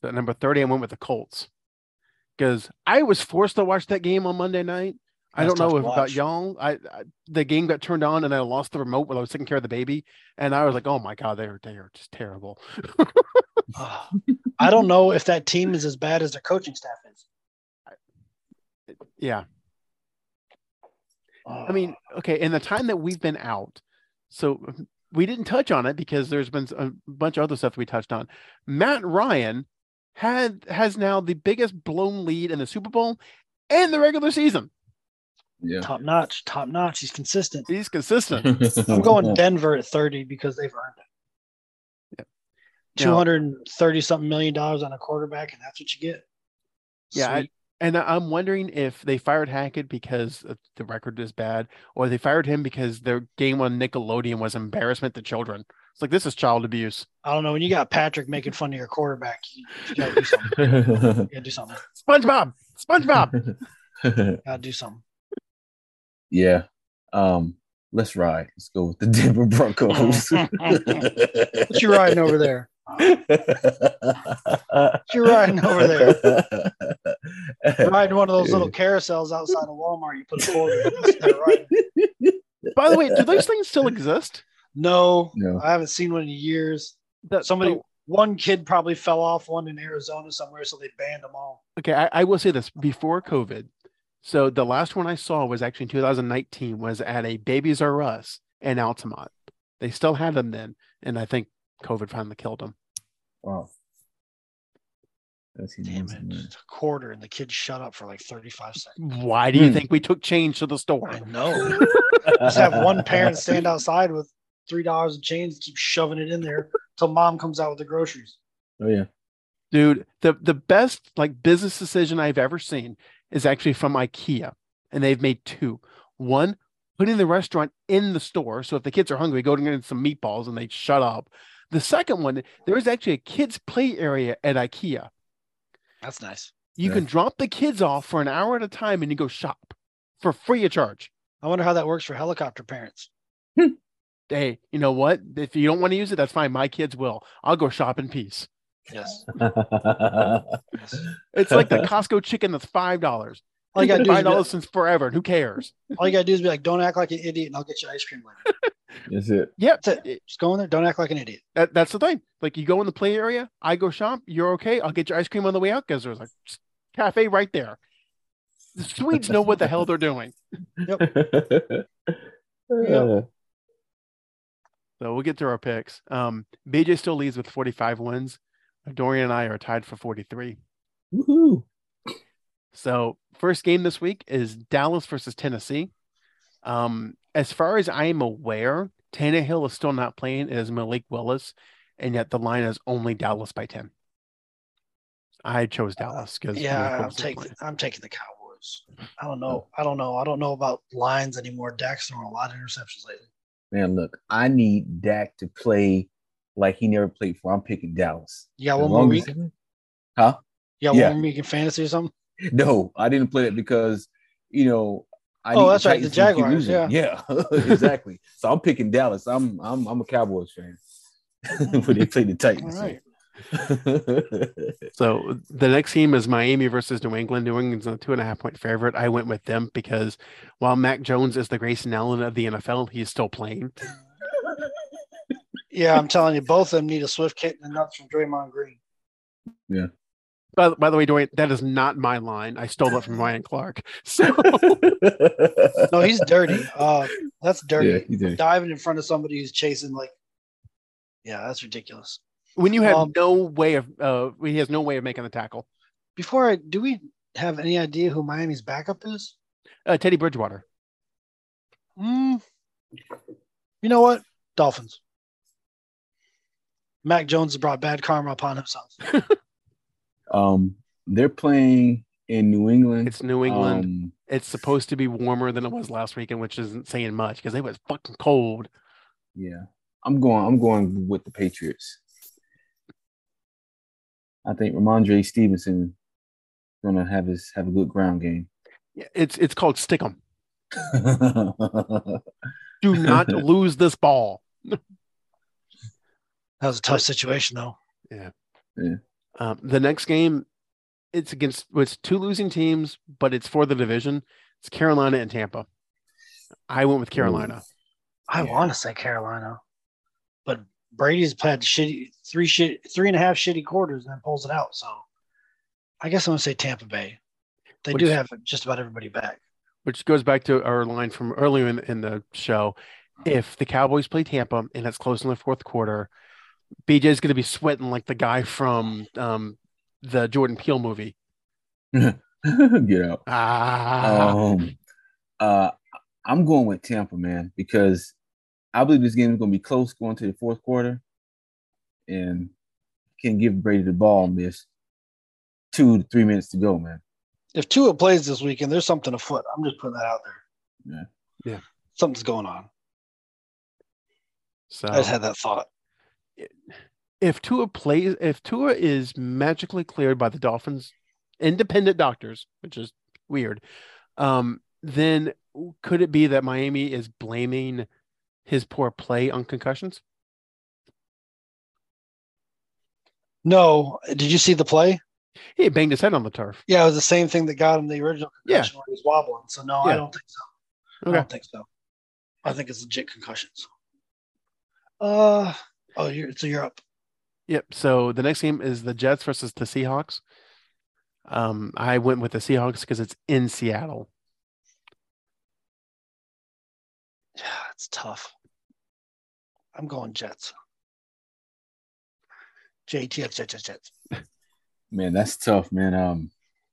Speaker 1: at number 30, I went with the Colts because I was forced to watch that game on Monday night. I
Speaker 3: That's
Speaker 1: don't know
Speaker 3: tough
Speaker 1: if
Speaker 3: to
Speaker 1: about
Speaker 3: watch.
Speaker 1: y'all. I, I the game got turned on and I lost the remote while I was taking care of the baby, and I was like, "Oh my god, they are they are just terrible."
Speaker 3: Ah, I don't know if that team is as bad as their coaching staff is.
Speaker 1: Yeah, I mean, okay, in the time that we've been out, so we didn't touch on it because there's been a bunch of other stuff we touched on. Matt Ryan had has now the biggest blown lead in the Super Bowl and the regular season.
Speaker 2: Yeah. Oh
Speaker 3: top notch, top notch. He's consistent.
Speaker 1: He's consistent.
Speaker 3: I'm going Denver at 30 because they've earned it.
Speaker 1: Yeah.
Speaker 3: Two hundred and thirty something million dollars on a quarterback, and that's what you get.
Speaker 1: Yeah, I-
Speaker 3: Sweet.
Speaker 1: And I- I'm wondering if they fired Hackett because of the record is bad, or they fired him because their game on Nickelodeon was embarrassment to children. It's like this is child abuse.
Speaker 3: I, don't know. When you got Patrick making fun of your quarterback, you, you gotta do something. You gotta do something.
Speaker 1: SpongeBob, SpongeBob.
Speaker 3: gotta do something.
Speaker 2: yeah. Um, let's ride. Let's go with the Denver Broncos.
Speaker 3: What you riding over there? What you riding over there? You're riding one of those little carousels outside of Walmart. You put a quarter. in. That's their ride.
Speaker 1: By the way, do those things still exist?
Speaker 3: No,
Speaker 2: No.
Speaker 3: I haven't seen one in years.
Speaker 1: That-
Speaker 3: Somebody,
Speaker 1: oh,
Speaker 3: one kid probably fell off one in Arizona somewhere, so they banned them all.
Speaker 1: okay, I, I will say this before COVID. So the last one I saw was actually in 2019. Was at a Babies R Us in Altamont. They still had them then, and I think COVID finally killed them.
Speaker 2: Wow. That's
Speaker 3: Damn
Speaker 2: humongous,
Speaker 3: it.
Speaker 2: man.
Speaker 3: It's a quarter, and the kid shut up for like 35 seconds.
Speaker 1: Why do you
Speaker 2: Hmm.
Speaker 1: think we took change to the store?
Speaker 3: I know. Just have one parent stand outside with $3 in change and keep shoving it in there till mom comes out with the groceries.
Speaker 2: Oh yeah.
Speaker 1: dude the the best like business decision i've ever seen is actually from ikea and they've made two one putting the restaurant in the store so if the kids are hungry go to get some meatballs and they shut up the second one there is actually a kids play area at ikea
Speaker 3: That's nice.
Speaker 1: you
Speaker 2: Yeah.
Speaker 1: can drop the kids off for an hour at a time and you go shop for free of charge
Speaker 3: I wonder how that works for helicopter parents.
Speaker 1: hey you know what if you don't want to use it that's fine my kids will i'll go shop in peace
Speaker 3: Yes. yes.
Speaker 1: it's like the costco chicken that's five dollars
Speaker 3: All you gotta do is be
Speaker 1: five
Speaker 3: like-
Speaker 1: dollars since forever and who cares
Speaker 3: all you gotta do is be like, don't act like an idiot, and I'll get you ice cream later.
Speaker 2: That's it.
Speaker 1: yep
Speaker 3: That's it. Just go in there. Don't act like an idiot.
Speaker 1: That, that's the thing. Like you go in the play area, I go shop, you're okay. I'll get your ice cream on the way out because there's a cafe right there. The Swedes know what the hell they're doing.
Speaker 2: Uh,
Speaker 1: So we'll get to our picks. Um, BJ still leads with 45 wins. Dorian and I are tied for 43.
Speaker 2: woohoo.
Speaker 1: So first game this week is Dallas versus Tennessee. Um, as far as I am aware, Tannehill is still not playing as Malik Willis, and yet the line is only Dallas by 10. I chose Dallas because
Speaker 3: Yeah, I'm taking I'm taking the Cowboys. I don't know. I don't know. I don't know about lines anymore. Dak's throwing a lot of interceptions lately.
Speaker 2: Man, look, I need Dak to play like he never played before. I'm picking Dallas.
Speaker 3: You got
Speaker 2: As
Speaker 3: one more
Speaker 2: long
Speaker 3: week.
Speaker 2: as- Huh?
Speaker 3: You got
Speaker 2: yeah.
Speaker 3: one more week in fantasy or something.
Speaker 2: No, I didn't play it because you know. I
Speaker 3: Oh,
Speaker 2: need
Speaker 3: that's right, the
Speaker 2: Titans to keep
Speaker 3: Jaguars,
Speaker 2: losing. yeah, exactly. so I'm picking Dallas. I'm I'm I'm a Cowboys fan, but they play the Titans.
Speaker 3: All right.
Speaker 1: So the next game is Miami versus New England. New England's a two and a half point favorite. I went with them because while Mac Jones is the Grayson Allen of the NFL, he's still playing.
Speaker 3: Yeah, I'm telling you, both of them need a swift kick and nuts from Draymond Green.
Speaker 1: By, by the way, Dorian, that is not my line. I stole it from Ryan Clark. So
Speaker 3: No, he's dirty. Uh, that's
Speaker 2: yeah,
Speaker 3: dirty.
Speaker 2: you did.
Speaker 3: Diving in front of somebody who's chasing like, yeah, that's ridiculous.
Speaker 1: when you have
Speaker 3: Um,
Speaker 1: no way of, uh, he has no way of making the tackle.
Speaker 3: Before I do, we have any idea who Miami's backup is?
Speaker 1: Uh, Teddy Bridgewater.
Speaker 3: Mm. You know what? Dolphins. Mac Jones has brought bad karma upon himself.
Speaker 2: Um, they're playing in New England.
Speaker 1: It's New England.
Speaker 2: Um,
Speaker 1: it's supposed to be warmer than it was last weekend, which isn't saying much because it was fucking cold.
Speaker 2: yeah, I'm going. I'm going with the Patriots. I think Ramondre Stevenson gonna have his have a good ground game.
Speaker 1: Yeah, It's it's called stick 'em. Do not lose this ball.
Speaker 3: That was a tough situation, though.
Speaker 1: Um, the next game, it's against it's two losing teams, but it's for the division. It's Carolina and Tampa. I went with Carolina.
Speaker 3: I
Speaker 2: Yeah.
Speaker 3: want to say Carolina, but Brady's played shitty three shit three and a half shitty quarters and then pulls it out. So I guess I'm gonna say Tampa Bay. They do
Speaker 1: Which-
Speaker 3: have just about everybody back.
Speaker 1: which goes back to our line from earlier in, in the show. If the Cowboys play Tampa and it's close in the fourth quarter, BJ's going to be sweating like the guy from um, the Jordan Peele movie.
Speaker 2: Get out.
Speaker 3: Oh.
Speaker 1: Ah,
Speaker 2: Um, uh, I'm going with Tampa, man, because I believe this game is going to be close going to the fourth quarter, and can give Brady the ball and there's two to three minutes to go, man.
Speaker 3: If Tua plays this weekend, there's something afoot. I'm just putting that out there.
Speaker 1: Yeah. Yeah.
Speaker 3: Something's going on.
Speaker 1: so
Speaker 3: I just had that thought.
Speaker 1: if Tua plays, if Tua is magically cleared by the Dolphins' independent doctors, which is weird, um, then could it be that Miami is blaming his poor play on concussions?
Speaker 3: No, did you see the play?
Speaker 1: He banged his head on the turf.
Speaker 3: Yeah, it was the same thing that got him the original
Speaker 1: Yeah.
Speaker 3: concussion where he was wobbling. So no,
Speaker 1: Yeah.
Speaker 3: I don't think so. I
Speaker 1: Okay.
Speaker 3: don't think so. I think it's legit concussions. Uh oh, you're so you're up.
Speaker 1: Yep. So the next game is the Jets versus the Seahawks. Um, I went with the Seahawks because it's in Seattle.
Speaker 3: Yeah, it's tough. I'm going Jets. JTF Jets Jets Jets.
Speaker 2: Man, that's tough, man. Um,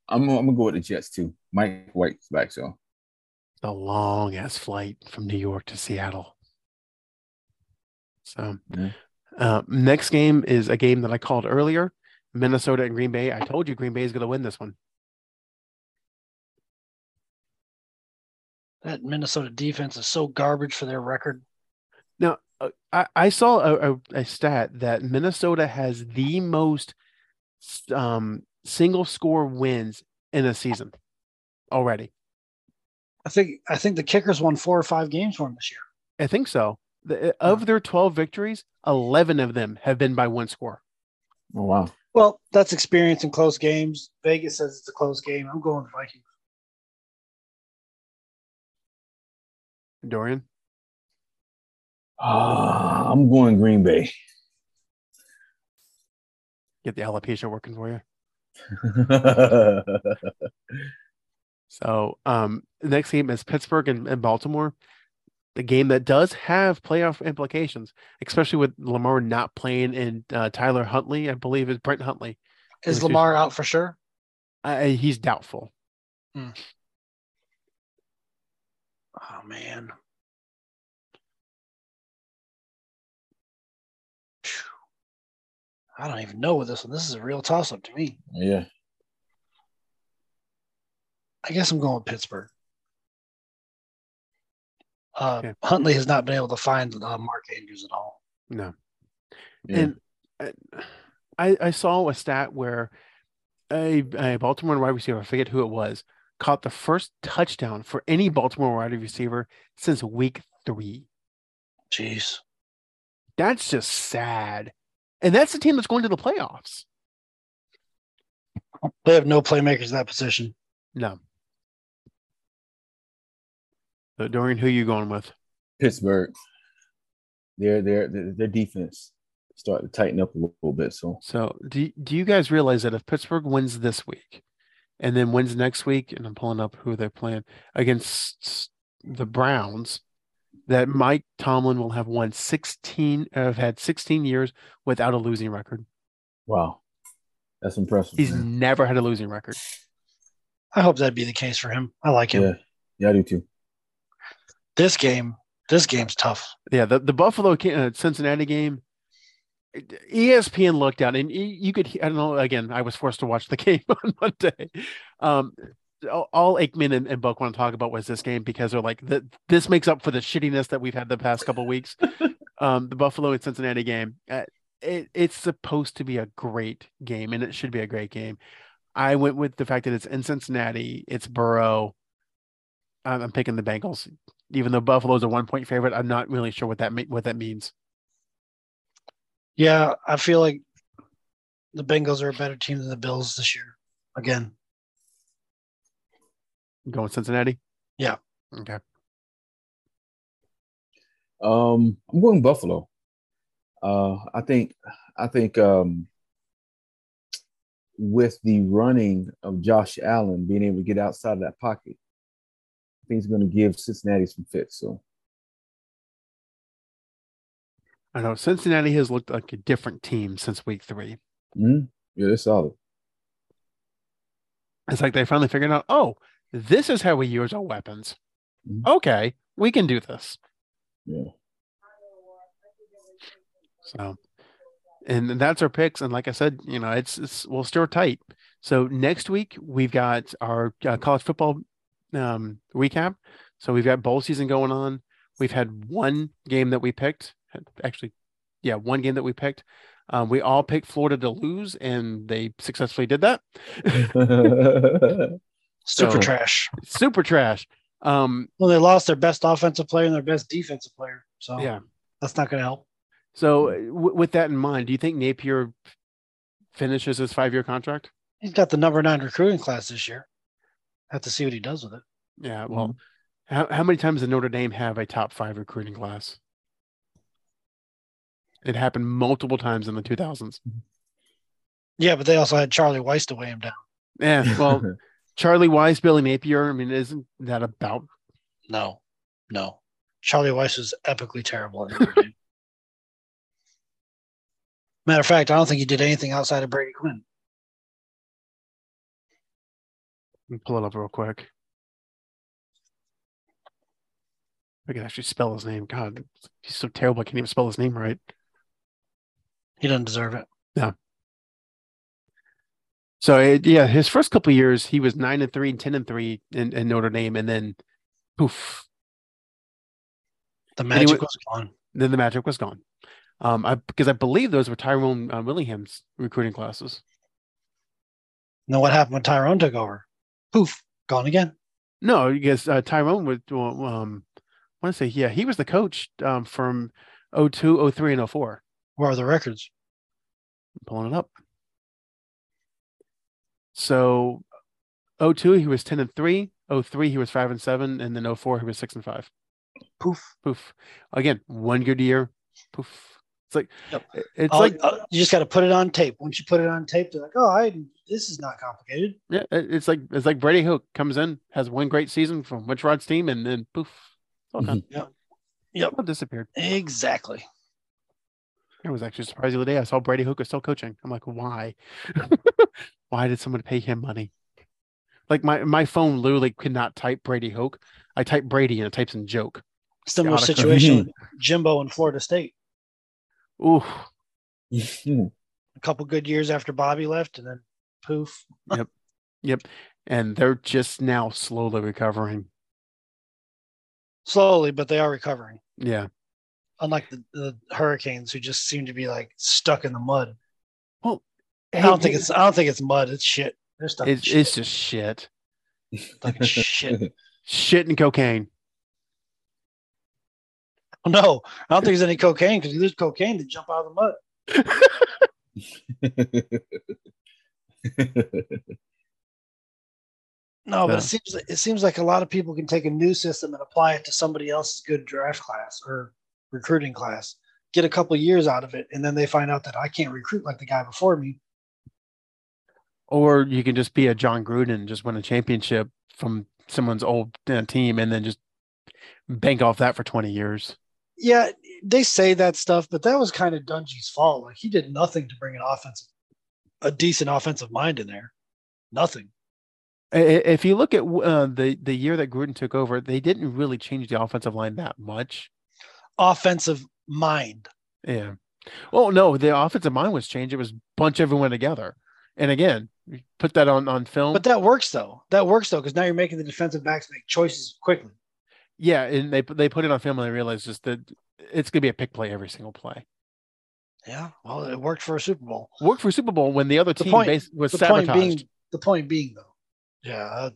Speaker 2: I'm I'm gonna go with the Jets too. Mike White's back, so
Speaker 1: The long ass flight from New York to Seattle. So,
Speaker 2: Yeah.
Speaker 1: uh, next game is a game that I called earlier Minnesota and Green Bay. I told you Green Bay is going to win this one.
Speaker 3: That Minnesota defense is so garbage for their record.
Speaker 1: Now, uh, I, I saw a, a, a stat that Minnesota has the most um, single score wins in a season already.
Speaker 3: I think I think the kickers won four or five games for them this year.
Speaker 1: I think so. The, uh, of their 12 victories, 11 of them have been by one score.
Speaker 2: oh wow,
Speaker 3: Well, that's experience in close games. Vegas says it's a close game. I'm going Vikings.
Speaker 1: Dorian?
Speaker 2: Ah, I'm going Green Bay.
Speaker 1: get the alopecia working for you. So um, the next game is Pittsburgh and, and Baltimore, the game that does have playoff implications, especially with Lamar not playing and uh, Tyler Huntley, I believe, is Brent Huntley.
Speaker 3: Is
Speaker 1: Is
Speaker 3: Lamar out for sure?
Speaker 1: Uh, he's doubtful.
Speaker 3: Oh man. Phew. I don't even know with this one. This is a real toss up to me.
Speaker 2: Yeah.
Speaker 3: I guess I'm going with Pittsburgh. Uh,
Speaker 1: Okay.
Speaker 3: Huntley has not been able to find uh, Mark Andrews at all.
Speaker 1: No.
Speaker 2: yeah.
Speaker 1: And uh, I, I saw a stat where a, a Baltimore wide receiver, I forget who it was, caught the first touchdown for any Baltimore wide receiver since week three.
Speaker 3: Jeez.
Speaker 1: That's just sad. And that's the team that's going to the playoffs.
Speaker 3: They have no playmakers in that position.
Speaker 1: No. So Dorian, who you going with?
Speaker 2: Pittsburgh, their their their their defense start to tighten up a little bit. So
Speaker 1: So do do you guys realize that if Pittsburgh wins this week and then wins next week, and I'm pulling up who they're playing against the Browns, that Mike Tomlin will have won 16 have had 16 years without a losing record.
Speaker 2: wow, that's impressive.
Speaker 1: He's
Speaker 2: man.
Speaker 1: never had a losing record.
Speaker 3: I hope that'd be the case for him. I like him.
Speaker 2: yeah, yeah, I do too.
Speaker 3: This game, this game's tough.
Speaker 1: Yeah, the, the Buffalo Ki- uh, Cincinnati game, E ESPN looked out, and you, you could. he- I don't know. Again, I was forced to watch the game on Monday. Um, all, all Aikman and, and Buck want to talk about was this game because they're like, "Th- this makes up for the shittiness that we've had the past couple weeks. um, the Buffalo and Cincinnati game, uh, it, it's supposed to be a great game, and it should be a great game. I went with the fact that it's in Cincinnati, it's Burrow. I'm, I'm picking the Bengals even though Buffalo's a one point favorite, I'm not really sure what that mea- what that means.
Speaker 3: Yeah, I feel like the Bengals are a better team than the Bills this year. Again,
Speaker 1: You Going with Cincinnati.
Speaker 3: Yeah.
Speaker 1: Okay.
Speaker 2: Um, I'm going Buffalo. Uh, I think I think um, with the running of Josh Allen being able to get outside of that pocket, I think he's going to give Cincinnati some fits. So
Speaker 1: I know Cincinnati has looked like a different team since week three.
Speaker 2: mhm. yeah, they're solid.
Speaker 1: It's like they finally figured out, oh, this is how we use our weapons.
Speaker 2: Mhm.
Speaker 1: Okay, we can do this.
Speaker 2: Yeah.
Speaker 1: So, and that's our picks. And like I said, you know, it's, it's we'll steer tight. So next week we've got our uh, college football um, recap. So we've got bowl season going on. We've had one game that we picked. Actually, yeah, one game that we picked. Um, we all picked Florida to lose, and they successfully did that.
Speaker 3: super
Speaker 1: So-
Speaker 3: trash.
Speaker 1: Super trash. Um,
Speaker 3: Well, they lost their best offensive player and their best defensive player. So
Speaker 1: yeah.
Speaker 3: that's not going to help.
Speaker 1: So uh, w- with that in mind, do you think Napier finishes his five-year contract?
Speaker 3: He's got the number nine recruiting class this year. Have to see what he does with it.
Speaker 1: Yeah, well, Mm-hmm. how, how many times did Notre Dame have a top five recruiting class? It happened multiple times in the 2000s.
Speaker 3: Yeah, but they also had Charlie Weiss to weigh him down.
Speaker 1: Yeah, Eh, well, Charlie Wise, Billy Napier. I mean, isn't that about?
Speaker 3: No, no. Charlie Weiss was epically terrible at Notre Dame. Matter of fact, I don't think he did anything outside of Brady Quinn.
Speaker 1: Let me pull it up real quick. I can actually spell his name. God, he's so terrible. I can't even spell his name right.
Speaker 3: He doesn't deserve it.
Speaker 1: So it, yeah, his first couple of years, he was nine and three and ten and three in, in Notre Dame, and then poof,
Speaker 3: The
Speaker 1: he
Speaker 3: magic
Speaker 1: wa-
Speaker 3: was gone.
Speaker 1: then the magic was gone. Um, I because I believe those were Tyrone uh, Willingham's recruiting classes.
Speaker 3: And then what happened when Tyrone took over? Poof, gone again.
Speaker 1: No, because uh, Tyrone would well, um, I want to say yeah, he was the coach um, from 02, 03, and 04.
Speaker 3: Where are the records?
Speaker 1: I'm pulling it up. So, 02 he was ten and three. 03 he was five and seven, and then 04 he was six and five.
Speaker 3: Poof.
Speaker 1: Poof. Again, one good year. Poof. It's like
Speaker 3: Yep.
Speaker 1: it's
Speaker 3: All-
Speaker 1: like
Speaker 3: uh, you just got to put it on tape. Once you put it on tape, they're like, "Oh, I this is not complicated."
Speaker 1: yeah, it- it's like it's like Brady Hook comes in, has one great season from Witch Rod's team, and then poof, it's all gone.
Speaker 3: Yep. Yep.
Speaker 1: All disappeared.
Speaker 3: Exactly.
Speaker 1: I was actually surprised the other day. I saw Brady Hook was still coaching. I'm like, why? why did someone pay him money? Like my my phone literally could not type Brady Hook. I type Brady and it types in joke.
Speaker 3: Similar
Speaker 1: Gotta come.
Speaker 3: situation with Jimbo in Florida State.
Speaker 1: Ooh,
Speaker 3: A couple good years after Bobby left, and then poof.
Speaker 1: and they're just now slowly recovering.
Speaker 3: Slowly, but they are recovering.
Speaker 1: Yeah.
Speaker 3: Unlike the, the Hurricanes, who just seem to be like stuck in the mud. I
Speaker 1: Hey,
Speaker 3: don't think it's I don't think it's mud. It's shit. They're stuck. in
Speaker 1: it's,
Speaker 3: shit.
Speaker 1: it's just shit,
Speaker 3: Like shit.
Speaker 1: shit and cocaine.
Speaker 3: Oh, No, I don't think there's any cocaine because if there's cocaine, they jump out of the mud. No, but
Speaker 1: Yeah.
Speaker 3: it seems it seems like a lot of people can take a new system and apply it to somebody else's good draft class or recruiting class, get a couple years out of it, and then they find out that I can't recruit like the guy before me.
Speaker 1: Or you can just be a John Gruden, and just win a championship from someone's old uh, team, and then just bank off that for 20 years.
Speaker 3: Yeah, they say that stuff, but that was kind of Dungy's fault. Like he did nothing to bring an offensive, a decent offensive mind in there. Nothing.
Speaker 1: I- i- If you look at uh, the the year that Gruden took over, they didn't really change the offensive line that much.
Speaker 3: Offensive mind.
Speaker 1: Yeah. Oh no, the offensive line was changed. It was bunch everyone together, and again, you put that on on film.
Speaker 3: But that works though. That works though, because now you're making the defensive backs make choices quickly.
Speaker 1: yeah, and they they put it on film and they realized just that it's gonna be a pick play every single play.
Speaker 3: Yeah. Well, it worked for a Super Bowl.
Speaker 1: Worked for Super Bowl when the other
Speaker 3: The
Speaker 1: team
Speaker 3: point-
Speaker 1: base was
Speaker 3: the point
Speaker 1: sabotaged.
Speaker 3: being the point being though yeah that,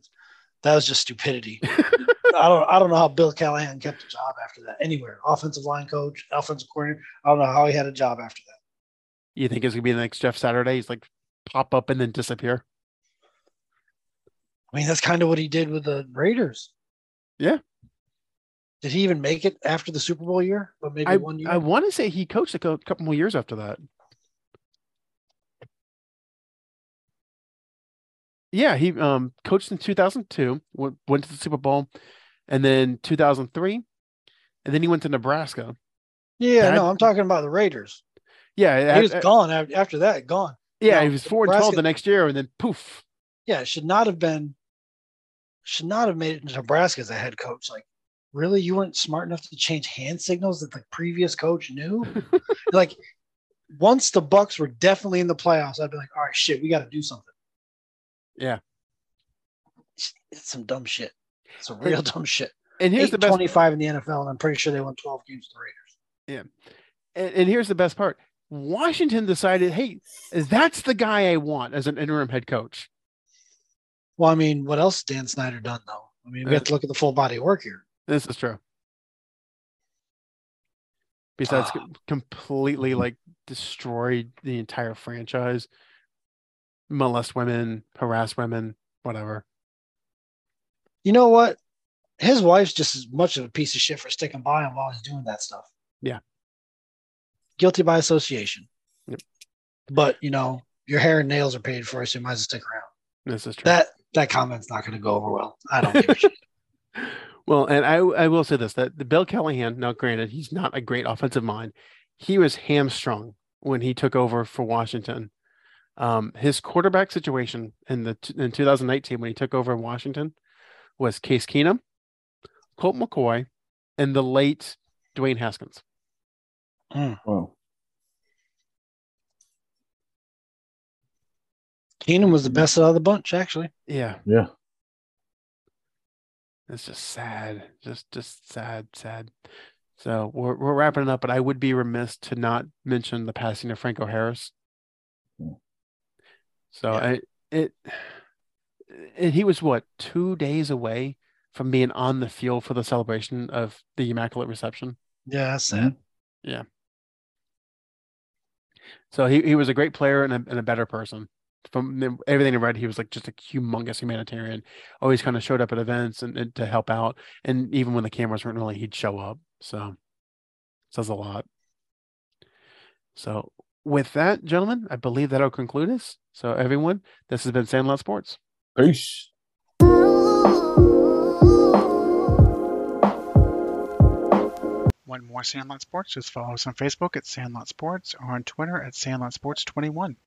Speaker 3: that was just stupidity i don't i don't know how bill callahan kept a job after that anywhere offensive line coach offensive coordinator i don't know how he had a job after that
Speaker 1: You think it's gonna be the next Jeff Saturday? He's like pop up and then disappear.
Speaker 3: i mean that's kind of what he did with the raiders
Speaker 1: Yeah.
Speaker 3: did he even make it after the super bowl year but maybe one year
Speaker 1: I want to say he coached a cou- couple more years after that. Yeah, he um, coached in 2002, went, went to the Super Bowl, and then 2003, and then he went to Nebraska.
Speaker 3: yeah
Speaker 1: I-
Speaker 3: no i'm talking about the raiders
Speaker 1: Yeah,
Speaker 3: he was
Speaker 1: a- a-
Speaker 3: gone af- after that gone
Speaker 1: yeah,
Speaker 3: no,
Speaker 1: he was four and 12
Speaker 3: Nebraska-
Speaker 1: the next year, and then poof.
Speaker 3: yeah should not have been should not have made it to nebraska as a head coach like really you weren't smart enough to change hand signals that the previous coach knew like once the bucks were definitely in the playoffs i'd be like all right shit we got to do something
Speaker 1: Yeah.
Speaker 3: it's some dumb shit it's a real dumb shit
Speaker 1: And here's the best.
Speaker 3: 25 in the nfl and i'm pretty sure they won 12 games to the raiders
Speaker 1: and, and here's the best part washington decided hey that's the guy i want as an interim head coach
Speaker 3: well i mean what else has dan snyder done though i mean we have to look at the full body of work here
Speaker 1: this is true besides com- completely like destroyed the entire franchise molest women harass women whatever
Speaker 3: you know what his wife's just as much of a piece of shit for sticking by him while he's doing that stuff
Speaker 1: Yeah.
Speaker 3: guilty by association
Speaker 1: Yep.
Speaker 3: but you know your hair and nails are paid for so you might as well stick around
Speaker 1: this is true
Speaker 3: that that comment's not going to go over well i don't give a shit.
Speaker 1: Well, and I I will say this that the Bill Callahan, now granted, he's not a great offensive mind. He was hamstrung when he took over for Washington. Um, his quarterback situation in the in 2019 when he took over in Washington was Case Keenum, Colt McCoy, and the late Dwayne Haskins.
Speaker 2: well,
Speaker 3: keenan was the best out of the bunch actually
Speaker 1: Yeah,
Speaker 2: yeah.
Speaker 1: it's just sad, just just sad, sad. So we're we're wrapping it up, but I would be remiss to not mention the passing of Franco Harris.
Speaker 2: Yeah.
Speaker 1: So
Speaker 3: Yeah.
Speaker 1: I it and he was what two days away from being on the field for the celebration of the Immaculate Reception.
Speaker 3: yeah that's sad
Speaker 1: So he, he was a great player and a, and a better person. From the- everything I read, he was like just a humongous humanitarian. Always kind of showed up at events and, and to help out. And even when the cameras weren't rolling, he'd show up. So says a lot. So, with that, gentlemen, I believe that'll conclude us. So, everyone, this has been Sandlot Sports.
Speaker 2: Peace.
Speaker 4: Want more Sandlot Sports? Just follow us on Facebook at Sandlot Sports or on Twitter at Sandlot Sports 21.